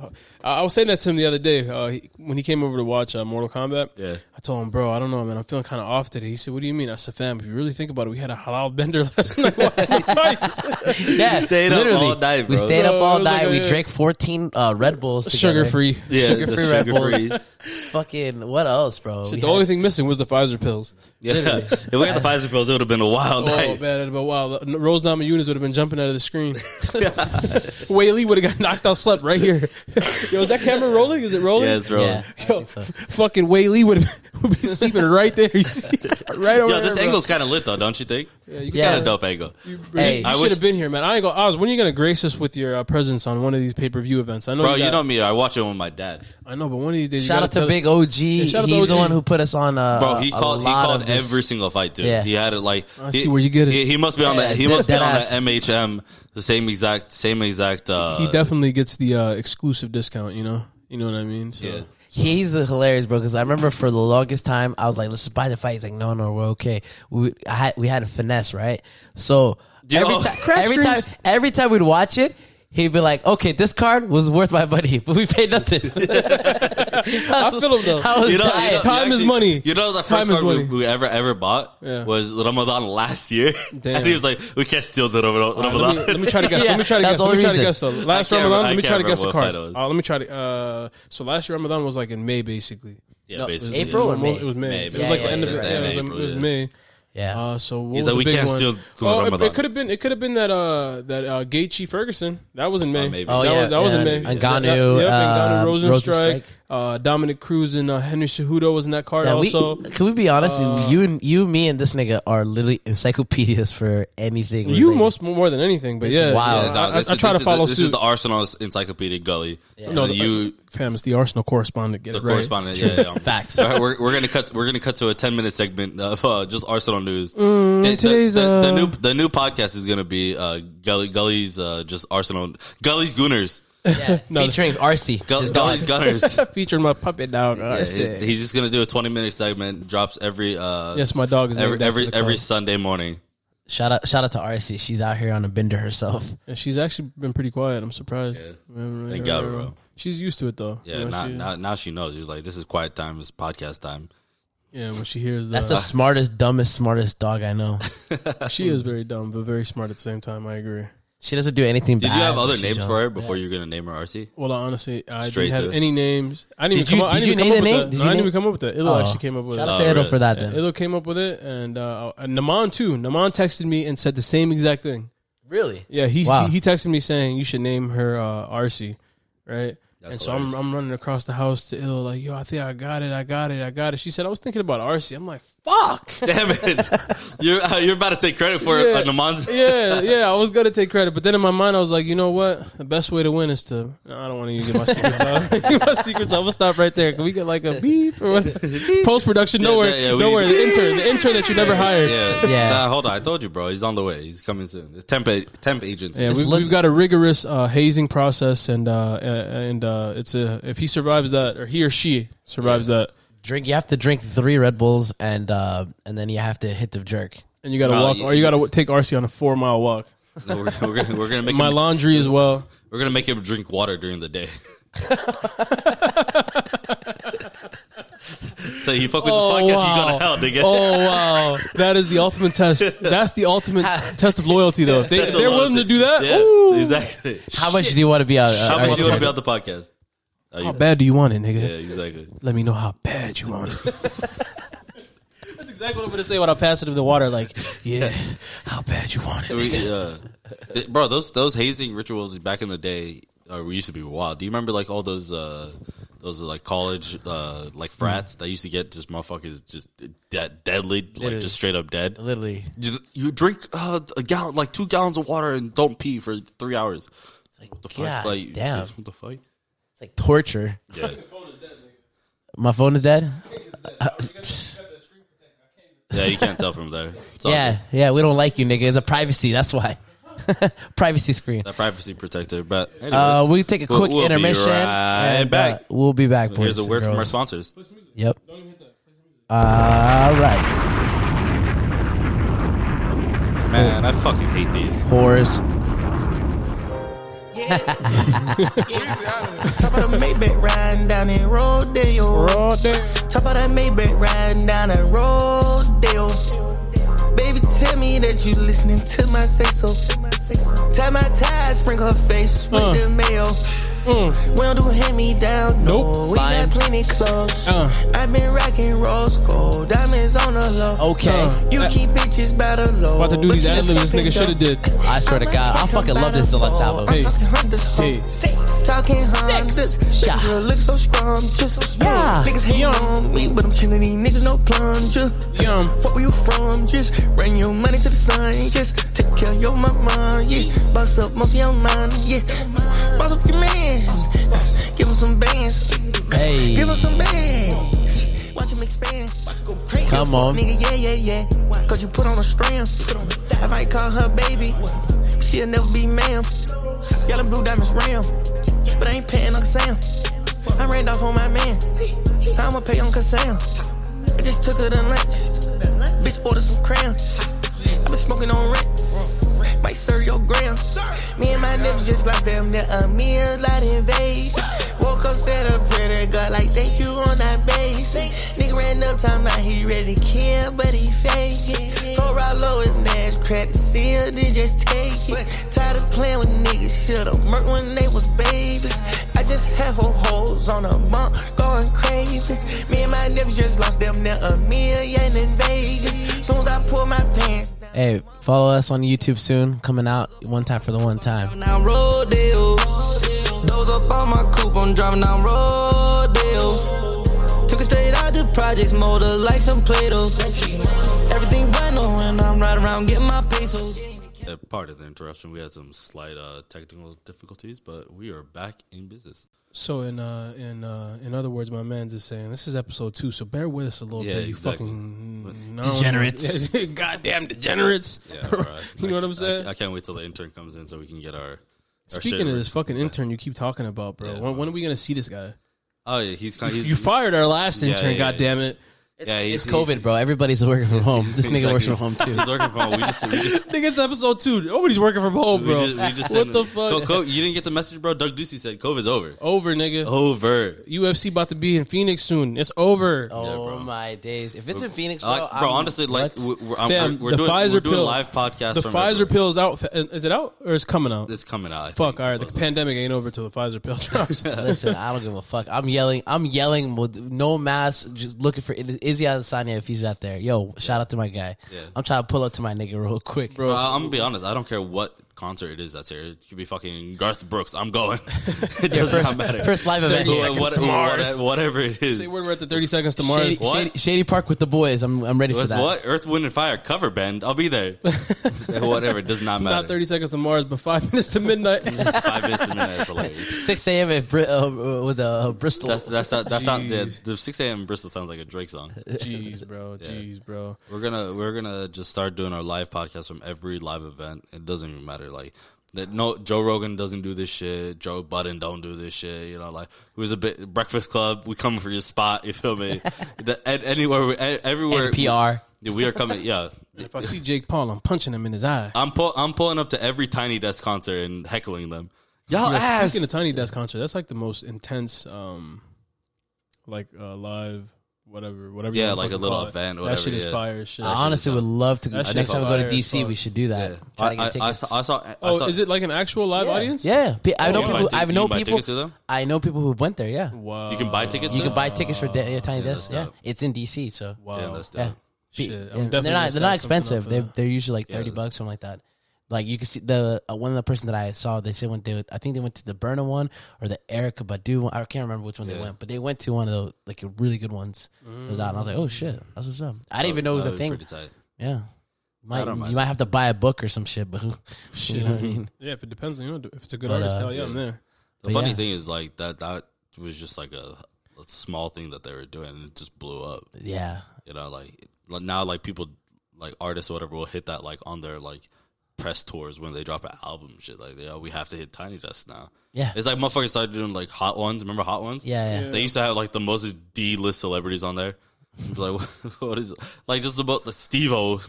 I I was saying that to him the other day uh, he, when he came over to watch uh, Mortal Kombat. Yeah. I told him, bro, I don't know, man. I'm feeling kind of off today. He said, "What do you mean?" I said, "Fam, if you really think about it, we had a halal bender last night watching fights. yeah, stayed up literally. all night, We bro. stayed up Bro, all it was like night. a- we drank 14 uh, Red Bulls. together. Sugar free. Yeah, Sugar the free Red Bull. sugar-free. Fucking what else, bro? We The had- only thing missing was the Pfizer pills. Yeah, if we had the Pfizer pills, it would have been a wild Oh night. man, but wow, Rose Namajunas would have been jumping out of the screen. Whaley would have got knocked out, slept right here. Yo, is that camera rolling? Is it rolling? Yeah, it's rolling. yeah, I Yo, think so. fucking Whaley would have would be sleeping right there. You see, right over Yo, this there, bro. angle's kind of lit though, don't you think? Yeah, you it's can- kind of dope angle. Bro, Hey, you I should wish- have been here, man. I ain't gonna. Oz, when are you gonna grace us with your uh, presence on one of these pay per view events? I know, Bro, you got- know me. I watch it with my dad. I know, but one of these days, you Shout gotta out to tell- Big OG. shout out to He's the OG. one who put us on. Uh, Bro, he a called. He lot called of this- every single fight, dude. Yeah. He had it like. I he- see where you get it. He, he must be on Yeah, that. He dead- must be dead on ass. that MHM. The same exact. Same exact. Uh, He definitely gets the uh, exclusive discount. You know, you know what I mean. So. Yeah. He's a hilarious, bro. Because I remember for the longest time, I was like, "Let's just buy the fight." He's like, "No, no, we're okay." We I had we had a finesse, right? So Yo. every time, Crab every time, every time we'd watch it, he'd be like, "Okay, this card was worth my money, but we paid nothing." I feel him though. I was dying. Time is actually- money. You know the first Time is card we, money. we ever ever bought Yeah. was Ramadan last year, Damn. and he was like, "We can't steal the Ramadan." Let me, let me try to guess. let me try to Yeah, guess. that's the Let me try to only guess. Though. Last can't Ramadan, remember- I let me can't try to guess remember the what card. fight it was. Uh, let me try to. Uh, so last year Ramadan was like in May, basically. yeah, No, basically. April or it was, May? It was May. May, It was yeah, like yeah, the end of yeah, it. yeah, Yeah, it was, April, it was yeah. May. yeah, Uh, so what He's was like, the "We big can't one? steal the oh, it, Ramadan." it could have been. It could have been that. Uh, that uh, Gaethje Ferguson. That was in May. maybe. Oh, that yeah, was, that was in and May. Ngannou, That- that- yep, uh, Ngannou, Rosenstrike, Rosenstrike. uh, Dominic Cruz, and uh, Henry Cejudo was in that card Yeah, we, also. uh, can we be honest? you, and you, me, and this nigga are literally encyclopedias for anything. you related. most more than anything, but It's yeah, wild. yeah, Yeah, dog, I, I, this I is- try this to is the, follow This suit. is the Arsenal's encyclopedic gully. No, No, you Fam, it's the Arsenal correspondent. Get the it right. correspondent. Yeah, yeah, yeah. Facts. All right, we're, we're gonna cut. We're gonna cut to a ten minute segment of uh, just Arsenal news. The- the, today's, the, the uh, new the new podcast is gonna be uh, Gully Gully's uh, just Arsenal Gully's Gooners yeah. featuring RC. Gull, Gully's Gunners. Featuring my puppet dog. Yeah, he's, he's just gonna do a twenty minute segment. Drops every uh, Yes, my dog is every named after every, the every dog. Sunday morning. Shout out, shout out to RC. She's out here on a bender herself. And she's actually been pretty quiet. I'm surprised. Thank God, bro. She's used to it though. Yeah, You know, now, she- now now she knows. She's like, this is quiet time. It's podcast time. yeah. When she hears That's Uh. that, the smartest, dumbest, smartest dog I know. she is very dumb but very smart at the same time. I agree. She doesn't do anything. Did bad you have when other she's names young. for her before you were gonna name her RC? Well, honestly, I Straight didn't to have it. any names. I didn't Did even you- come up, I did didn't you name the even come up name? with Did you that. No, I didn't name- even come up with that. It'll Oh. actually came up with Shout it. Uh, out to Oh, Edo really? for that. Then It'll came up with it, and uh, and Naman too. Naman texted me and said the same exact thing. really, Yeah, he Wow. he, he texted me saying you should name her uh, RC, right? That's and so I'm, hilarious. I'm running across the house to Ill like yo, I think I got it, I got it, I got it. She said I was thinking about RC. I'm like, fuck. Damn it! you're uh, you're about to take credit for Yeah. it, but Naman's. yeah, yeah, I was gonna take credit, but then in my mind I was like, you know what? The best way to win is to. No, I don't want to use my secrets. out. my secrets. out. I'm gonna stop right there. Can we get like a beep or whatever? Post production. Yeah, Don't worry. that- yeah, we don't need- worry. The intern. The intern that you never hired. Yeah, Yeah. Yeah. Nah, Uh, hold on. I told you, bro. He's on the way. He's coming soon. The temp temp agency. we, look- we've got a rigorous uh, hazing process, and uh, uh, and uh, it's a if he survives that or he or she survives that, drink. You have to drink three Red Bulls and uh, and then you have to hit the jerk. and you gotta Oh, walk yeah, or you yeah. gotta take RC on a four mile walk. No, we're, we're gonna we're gonna make My him, laundry as well. we're gonna make him drink water during the day. so you fuck with Oh, this podcast, wow. you gotta hell, nigga. Oh wow, that is the ultimate test. That's the ultimate test of loyalty, though. If They, That's if a they're lot willing of to it. do that. Yeah, ooh. exactly. How much do you want to be out? How much do you want to be on out? the podcast? Are you How bad do you want it, nigga? Yeah, exactly. Let me know how bad you want it. That's exactly what I'm gonna say when I pass it in the water. Like, yeah, how bad you want it? We, uh, th- bro, those those hazing rituals back in the day uh, we used to be wild. Do you remember like all those uh, those like college uh, like frats that used to get just motherfuckers just dead, deadly, like just straight up dead? Literally, You, you drink uh, a gallon, like two gallons of water, and don't pee for three hours. it's like, What the God, fuck? Like, damn, What the fuck? it's like torture. Yeah. My phone is dead. uh, Uh, yeah, you can't tell from there. It's all Yeah, good. yeah, we don't like you, nigga. It's a privacy. That's why. privacy screen. that privacy protector. But anyways, Uh, we take a We'll- quick we'll be intermission. right and, uh, back. we'll be back, boys. here's a and word from our girls. sponsors. Yep. All right, Man, I fucking hate these. whores. Top of the Maybach riding down in Rodeo. Top of that Maybach riding down in Rodeo. Baby, tell me that you listening to my say so. Tie my tie, spring her face with the mayo. We don't do hand me down, no. Nope. We Fine. got plenty clothes. Uh. I've been rocking rose gold, diamonds on the low. Okay, You Uh, keep bitches by the low. About to do but these you ad libs. This fucking nigga should have dope. did. I swear to God, I fucking love this Delatavo. Hey. I'm talking Hondas, ho. Hey. Six. Talking Hondas. Look Yeah. at her, Look so scrumptious. Yeah. Niggas hate Yum. on me, but I'm killing these niggas, no plunger. Yum. Fuck where you from, just bring your money to the sun, just take care of your mama, yeah. Boss up most of your money, yeah. Boss up your man, give him some bands, Hey. give him some bands. Watch him expand, watch him go crazy. Come Fuck, on. nigga, yeah, yeah, yeah. Cause you put on a strand, I might call her baby, she'll never be ma'am. Yellow blue diamonds ram, but I ain't paying Uncle Sam. I ran off on my man, I'ma pay Uncle Sam. I just took her to lunch. Bitch ordered some crayons. I been smoking on rent. My cereal grams. Me and my niggas just lost them near a meal out in Vegas. Woke up, said a pretty girl like thank you on that base. Nigga ran up, time out, he ready to kill, but he faking. Go right low if Nash credit sealed, then just take it. Tired of playing with niggas, should've murked when they was babies. I just had whole hoes on a bunk going crazy. Me and my niggas just lost them near a million in Vegas. Soon as I pull my pants down. Hey, follow us on YouTube soon. Coming out one time for the one time. down Rodeo. Those up on my coupe, I'm driving down Rodeo. Took it straight out the projects, motor like some Play-Doh. Everything brand new when I'm right around getting my pesos. Uh, part of the interruption, we had some slight uh, technical difficulties, but we are back in business. So in uh in uh in other words, my man's is saying this is episode two, so bear with us a little Yeah, bit, you exactly. fucking no. Degenerates. goddamn degenerates. Yeah, all right. you know what I- I'm saying? I, I can't wait till the intern comes in so we can get our. our shit Speaking of this right. fucking intern you keep talking about, bro, Yeah, when, when are we gonna see this guy? oh yeah, he's kind. He's, you fired our last Yeah, intern, yeah, yeah. goddamn it! It's, Yeah, it's he's- COVID, bro. Everybody's working from home. This nigga works from Exactly. home too. He's working from home. We just, we just, Nigga's episode two. Nobody's working from home, we bro. just, we just what sent- the fuck? Co- Co- you didn't get the message, bro. Doug Ducey said COVID's over. Over, Oh. nigga. Over. UFC about to be in Phoenix soon. It's over. Oh my days! If it's in Phoenix, bro, Like, Uh, bro, I'm- honestly, like what? we're, we're, I'm- Fam, we're- we're the doing, Pfizer we're doing pill- live podcasts. the from Pfizer everywhere. pill's out. Is it out or is it coming out? It's coming out. I think, Fuck. All right, the supposedly. pandemic ain't over till the Pfizer pill drops. listen, I don't give a fuck. I'm yelling. I'm yelling with no mask, just looking for Izzy Adesanya if he's out there. Yo, shout out to my guy. Yeah. I'm trying to pull up to my nigga real quick, Bro, Bro, I- I'm gonna be honest. I don't care what concert it is that's here. It could be fucking Garth Brooks. I'm going. it Your doesn't first, matter. first live event. Wha- Thirty seconds what- to what- Mars. whatever it is. Say word, we're at the 30 seconds to Mars. Shady, What? Shady, Shady Park with the boys. I'm I'm ready for What's that. what? Earth, Wind, and Fire cover band. I'll be there. whatever. It does not matter. Not 30 seconds to Mars, but five minutes to midnight. Five minutes to minute. That's hilarious. 6 a.m. at Bri- uh, uh, with uh, Bristol. That's that's not, that's not the, the 6 a.m. in Bristol sounds like a Drake song. Jeez, bro. Jeez, bro. We're gonna we're gonna just start doing our live podcast from every live event. It doesn't even matter. Like that no Joe Rogan doesn't do this shit. Joe Budden don't do this shit. You know, like it was a bit Breakfast Club. We come for your spot. You feel me? the, and anywhere, we, e- everywhere, NPR. we, we are coming. Yeah, If I see Jake Paul, I'm punching him in his eye. I'm pull, I'm pulling up to every Tiny Desk concert and heckling them. Y'all Yo, ass. Speaking of Tiny Desk concert, that's like the most intense, um, like uh, live, whatever, whatever. you Yeah, wanna like a fucking little call it. event or That whatever, shit is yeah. fire as shit. I honestly would love to. go. That shit Next is time we go to fire as DC, fuck. we should do that. Yeah. Try to I, get I, I tickets. saw. I saw, I Oh, saw- is it like an actual live audience? yeah, Pe- I know you people. buy I've tic- known you buy people. tickets to them? I know people who've went there. Yeah, Wow. You can buy tickets. you to can buy tickets for da- yeah, Tiny Desk. that's Yeah, dope. it's in DC, so Wow. Yeah, that's yeah. dope. Shit, Pe- I'm and definitely they're gonna not. They're not snap something up expensive. for They're that. they're usually like thirty Yeah. bucks, something like that. Like you can see the uh, one of the person that I saw, they said went they I think they went to the Burna one or the Erica Badu one. I can't remember which one they Yeah. went, but they went to one of the like really good ones. It was out, and I was Mm. like, oh shit, that's what's up. I didn't even know it was a That'd be thing. Pretty tight. Yeah. Might, don't mind. you might have to buy a book or some shit, but who, you know what I mean? Yeah, if it depends on you, know, if it's a good But, artist, uh, hell yeah, I'm there. The But funny yeah. thing is, like that that was just like a, a small thing that they were doing, and it just blew up. Yeah. You know, like like, now, like people, like artists or whatever, will hit that like on their like press tours when they drop an album, and shit. Like, yeah, we have to hit Tiny Desk now. Yeah. It's like motherfuckers started doing like hot ones. Remember hot ones? Yeah, yeah. They used to have like the most D list celebrities on there. It's like what is like just about the Steve O.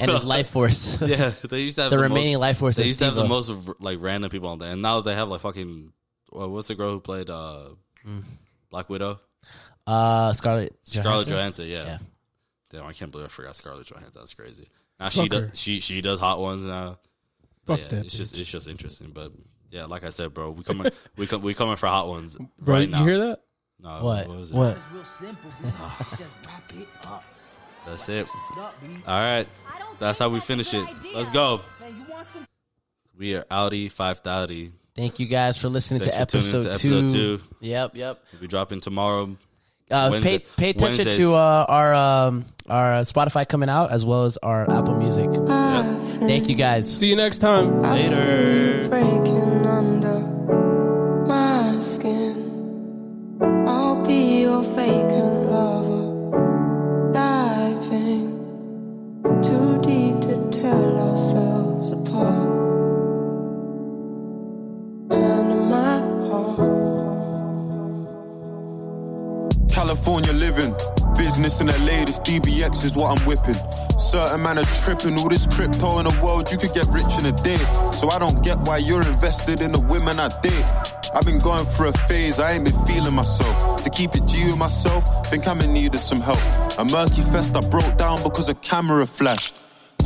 And his life force. Yeah, they used to have The the, remaining most, life force They is used to have the Steve-O. most of, like random people on there, and now they have like fucking well, what's the girl who played uh, Black Widow? Mm. Uh, Scarlett. Scarlett Johansson? Johansson. Yeah. Yeah. Damn, I can't believe I forgot Scarlett Johansson. That's crazy. Now she Fuck her. does, she she does hot ones now. But Fuck yeah, that it's just it's just interesting, but. Yeah, like I said, bro, we coming, we come, we coming for hot ones Bro, right you now. hear that? No, What? was it? What? That's it. All right, that's how we finish it. Let's go. We are Audi five thousand. Thank you guys for listening to Thanks for tuning episode, into two. episode two. Yep, yep. We'll be dropping tomorrow. Uh, pay, Wednesday- pay attention Wednesdays. to uh, our um, our uh, Spotify coming out as well as our Apple Music. Thank you guys. See you next time. Later. breaking under my skin. I'll be your vacant lover, diving too deep to tell ourselves apart. Under my California living, business in LA, this DBX is what I'm whipping. Certain man are tripping, all this crypto in the world, you could get rich in a day. So I don't get why you're invested in the women I date. I've been going through a phase, I ain't been feeling myself. To keep it G with myself, think I'm in need of some help. A murky fest I broke down because a camera flashed.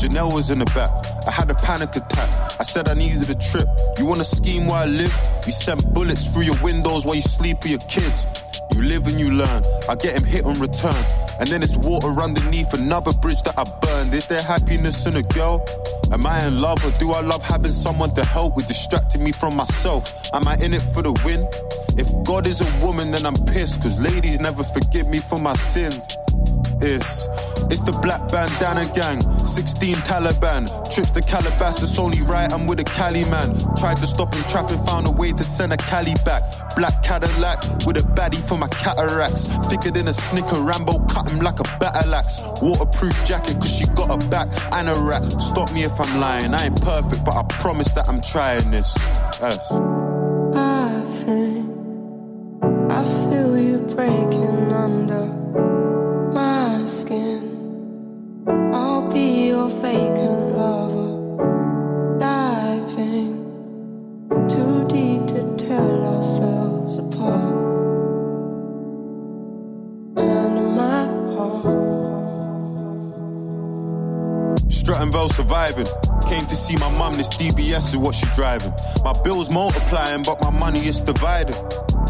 Janelle was in the back. I had a panic attack. I said I needed a trip. You wanna scheme where I live? You send bullets through your windows while you sleep with your kids. You live and you learn. I get him hit and return. And then it's water underneath another bridge that I burned. Is there happiness in a girl? Am I in love or do I love having someone to help with distracting me from myself? Am I in it for the win? If God is a woman, then I'm pissed, cause ladies never forgive me for my sins is. It's the black bandana gang, 16 Taliban. Trips to Calabasas, only right, I'm with a Cali man. Tried to stop him trapping, found a way to send a Cali back. Black Cadillac with a baddie for my cataracts. Thicker than a snicker, Rambo cut him like a battle axe. Waterproof jacket, cause she got a back and a rack. Stop me if I'm lying, I ain't perfect, but I promise that I'm trying this. Yes. I think I feel you breaking under Strutting well surviving. Came to see my mum, this DBS is what she driving. My bills multiplying, but my money is divided.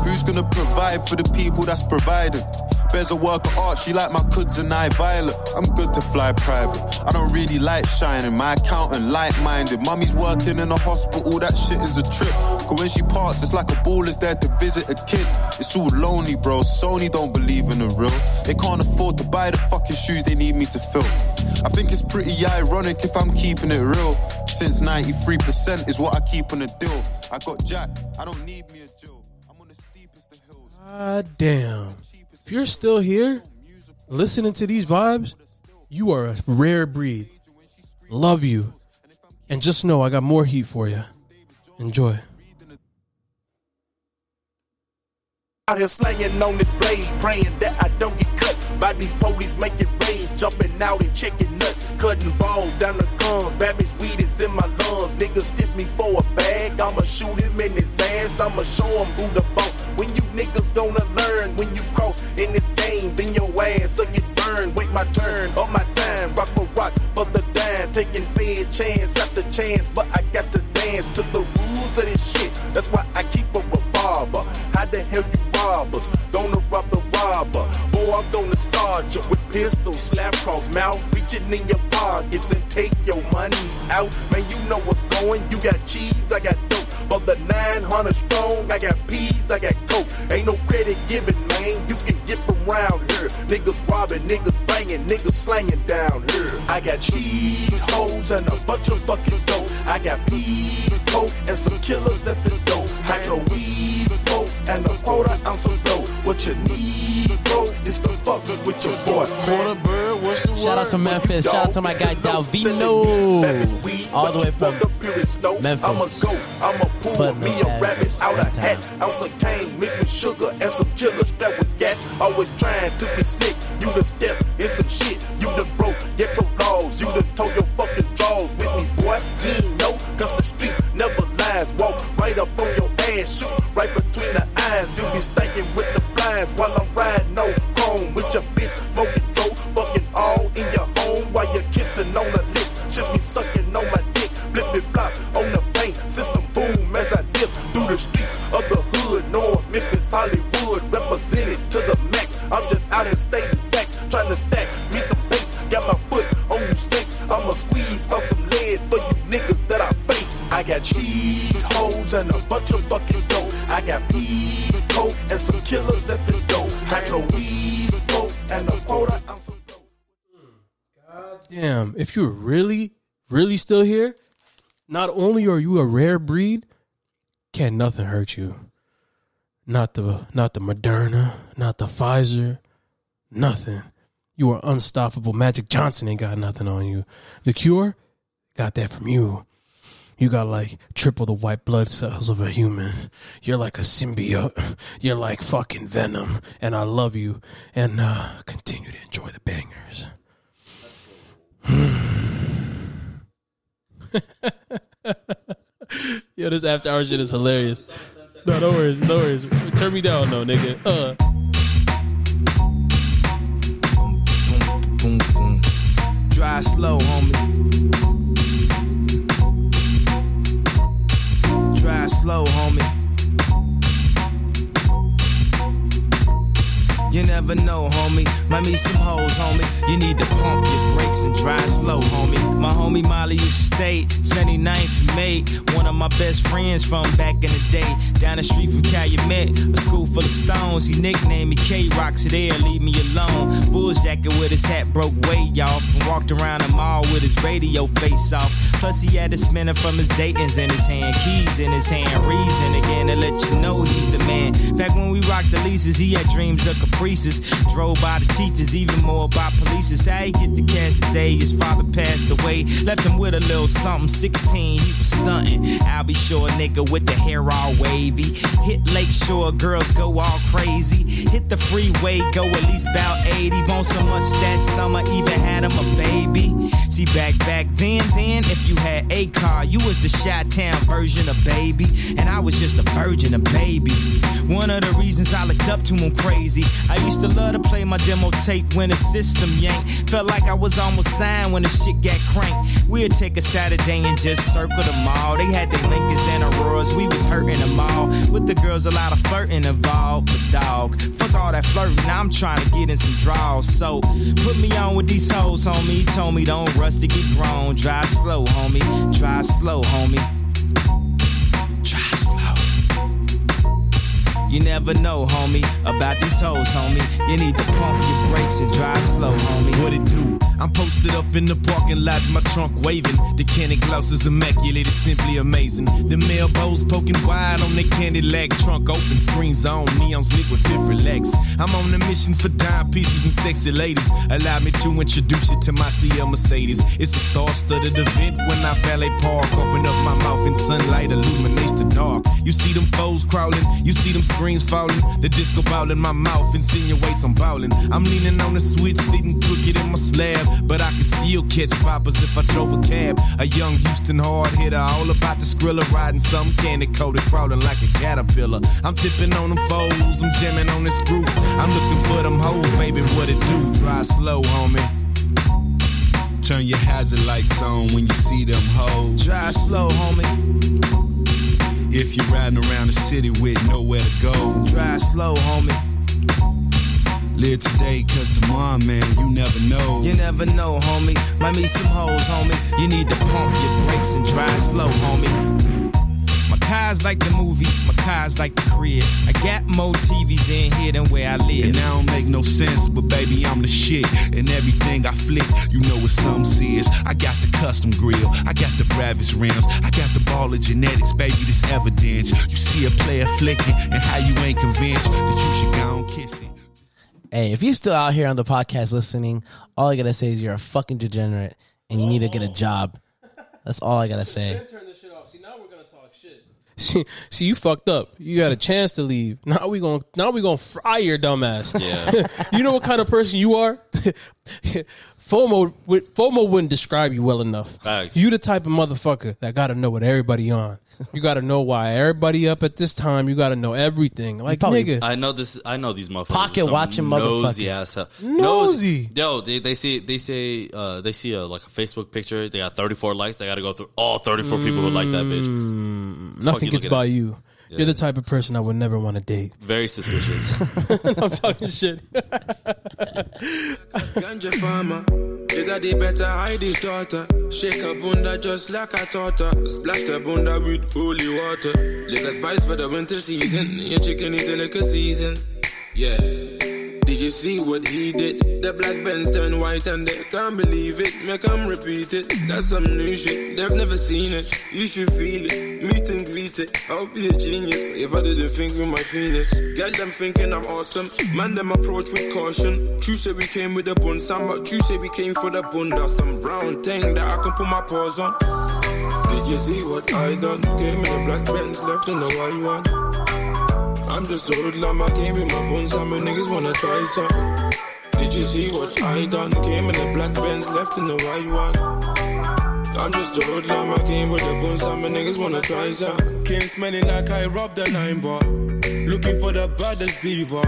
Who's gonna provide for the people that's provided? Bears a work of art, she like my cuds and I violet. I'm good to fly private. I don't really like shining, my accountant light minded. Mummy's working in a hospital, that shit is a trip. Cause when she parts, it's like a ball is there to visit a kid. It's all lonely, bro. Sony don't believe in the real. They can't afford to buy the fucking shoes they need me to fill. I think it's pretty ironic if I'm keeping it real. Since 93% is what I keep on the deal. I got Jack, I don't need me a Jill. God damn. If you're still here listening to these vibes, you are a rare breed. Love you. And just know I got more heat for you. Enjoy. Out here slanging on this blade, praying that I don't get cut by these police making raids, jumping out and checking nuts, cutting balls down the guns. Babbage weed is in my lungs. Niggas stiff me for a bag. I'ma shoot him in his ass. I'ma show him who the boss. When you niggas gonna learn when you cross in this game, then your ass will get burned. Wait my turn on my dime, rock for rock for the dime, taking fair chance after chance, but I got to dance to the rules of this shit. That's why I keep a revolver. How the hell you robbers? Gonna rob the robber. Boy, Oh, I'm gonna start you with pistols, slap cross mouth, reaching in your pockets and take your money out. Man, you know what's going. You got cheese, I got dope. For the 900 strong, I got peas, I got coke. Ain't no credit given, man. You can get from round here. Niggas robbing, niggas banging, niggas slanging down here. I got cheese, hoes, and a bunch of fucking dope. I got peas, coke, and some killers at the door. Hydro weed, smoke, and a quarter ounce of dope. What you need, bro, is to fuck with your boy. Quarter bird, what's the Shout out to Memphis. Shout out to my guy Dalvino. All the way from Memphis. I'ma pull Putting me them a rabbit adders out a one time. hat, ounce of cane mixed with sugar and some killer strapped with gas. Always trying to be slick. You done step in some shit. You done broke ghetto laws. You done told your fucking jaws with me, boy. You ain't know, cause the street never lies. Walk right up on your ass, shoot right between the eyes. You be stinking with the flies while I'm riding no chrome with your bitch smoking dope, fucking all in your home while you're kissing on the lips. Should be sucking on my dick, flipping flop on the bank system boom as I dip through the streets of the hood. North Memphis, Hollywood, represented to the max. I'm just out here stating facts, trying to stack me some bases. Got my foot on you stakes. I'ma squeeze on some lead for you niggas that I fake. I got cheese, hoes, and a bunch of fucking dope. I got peas, coke, and some killers at the door. Hydro weed, smoke, and a quarter ounce of Damn, if you're really, really still here, not only are you a rare breed, can nothing hurt you. Not the not the Moderna, not the Pfizer, nothing. You are unstoppable. Magic Johnson ain't got nothing on you. The cure got that from you. You got like triple the white blood cells of a human. You're like a symbiote. You're like fucking venom. And I love you. And uh, continue to enjoy the bangers. Yo, this after hour shit is hilarious. No, no worries, no worries. Turn me down, though, nigga. Uh. boom, boom. Drive slow, homie. Drive slow, homie. You never know, homie. Might meet some hoes, homie. You need to pump your brakes and drive slow, homie. My homie Molly used to stay 79th mate. One of my best friends from back in the day. Down the street from Calumet, a school full of stones. He nicknamed me K Rock, so they'll leave me alone. Bulls jacket with his hat broke way off. And walked around the mall with his radio face off. Plus, he had a spinner from his Dayton's in his hand, keys in his hand, reason again to let you know he's the man. Back when we rocked the leases, he had dreams of caprices. Drove by the teachers, even more by polices. How he get the cash today? His father passed away, left him with a little something, 16, he was stunting. I'll be sure, nigga, with the hair all wavy. Hit Lakeshore, girls go all crazy. Hit the freeway, go at least about 80. Bone so much that summer, even had him a baby. See, back back then, then, if you had a car, you was the Chi Town version of baby. And I was just a virgin, a baby. One of the reasons I looked up to him crazy. I used to love to play my demo tape when the system yanked. Felt like I was almost signed when the shit got cranked. We'd take a Saturday and just circle the mall. They had their Lincolns and Auroras, we was hurting them all. With the girls, a lot of flirting involved. But dog, fuck all that flirting, I'm trying to get in some draws. So put me on with these hoes, homie. He told me don't rush to get grown. Drive slow, homie. Drive slow, homie. Drive slow. You never know, homie, about these hoes, homie. You need to pump your brakes and drive slow, homie. What it do? I'm posted up in the parking lot, my trunk waving. The candy gloss is immaculate, it's simply amazing. The mailbows poking wide on the candy lag, trunk open, screens on, neons lit with fifth relax. I'm on a mission for dime pieces and sexy ladies. Allow me to introduce you to my CL Mercedes. It's a star-studded event when I valet park. Open up my mouth and sunlight illuminates the dark. You see them foes crawling, you see them screens falling. The disco ball in my mouth insinuates I'm ballin'. I'm leaning on the switch, sitting crooked in my slab. But I can still catch poppers if I drove a cab. A young Houston hard hitter, all about the skrilla, riding some candy coated, crawling like a caterpillar. I'm tipping on them foes, I'm jamming on this group. I'm looking for them hoes, baby, what it do? Drive slow, homie. Turn your hazard lights on when you see them hoes. Drive slow, homie. If you're riding around the city with nowhere to go, drive slow, homie. Live today, cause tomorrow, man, you never know. You never know, homie. Might meet some hoes, homie. You need to pump your brakes and drive slow, homie. My car's like the movie, my car's like the crib. I got more TVs in here than where I live. And that don't make no sense, but baby, I'm the shit. And everything I flick, you know what some is. I got the custom grill, I got the Bravis rims, I got the ball of genetics, baby, this evidence. You see a player flicking, and how you ain't convinced that you should go on kissing. Hey, if you're still out here on the podcast listening, all I gotta say is you're a fucking degenerate and you need to get a job. That's all I gotta say. See, see, you fucked up. You had a chance to leave. Now we gonna now we gonna fry your dumbass. Yeah. you know what kind of person you are. FOMO would- FOMO wouldn't describe you well enough. Facts. You the type of motherfucker that gotta know what everybody on. You gotta know why everybody up at this time. You gotta know everything. Like nigga, I know this. I know these motherfuckers. Pocket Some watching nosy motherfuckers. ass. hell- Nosy. Yo, they, they see they say uh, they see a, like a Facebook picture. They got thirty four likes. They got to go through all thirty four people who like that Mm. bitch. Fuck nothing you gets looking by at. you. Yeah. You're the type of person I would never want to date. Very suspicious. I'm talking shit. Ganja farmer. Either they better hide his daughter. Shake her bunda just like a torta. Splash the bunda with holy water. Lick a spice for the winter season. Your chicken is a liquor season. Yeah. Did you see what he did? The black Benz turned white and they can't believe it. Make 'em repeat it. That's some new shit. They've never seen it. You should feel it. Meet and greet it. I'll be a genius if I didn't think with my penis. Get them thinking I'm awesome. Man, them approach with caution. True say we came with a bun, Sam, but true say we came for the bun. That's some round thing that I can put my paws on. Did you see what I done? Came in a black Benz, left in a white one. I'm just a hoodlum, I came with my buns and my niggas wanna try some. Did you see what I done? Came in a black Benz, left in the white one. I'm just a hoodlum, I came with the buns and my niggas wanna try some. Came smelling like I robbed a nine bar. Looking for the baddest diva.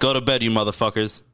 Go to bed, you motherfuckers.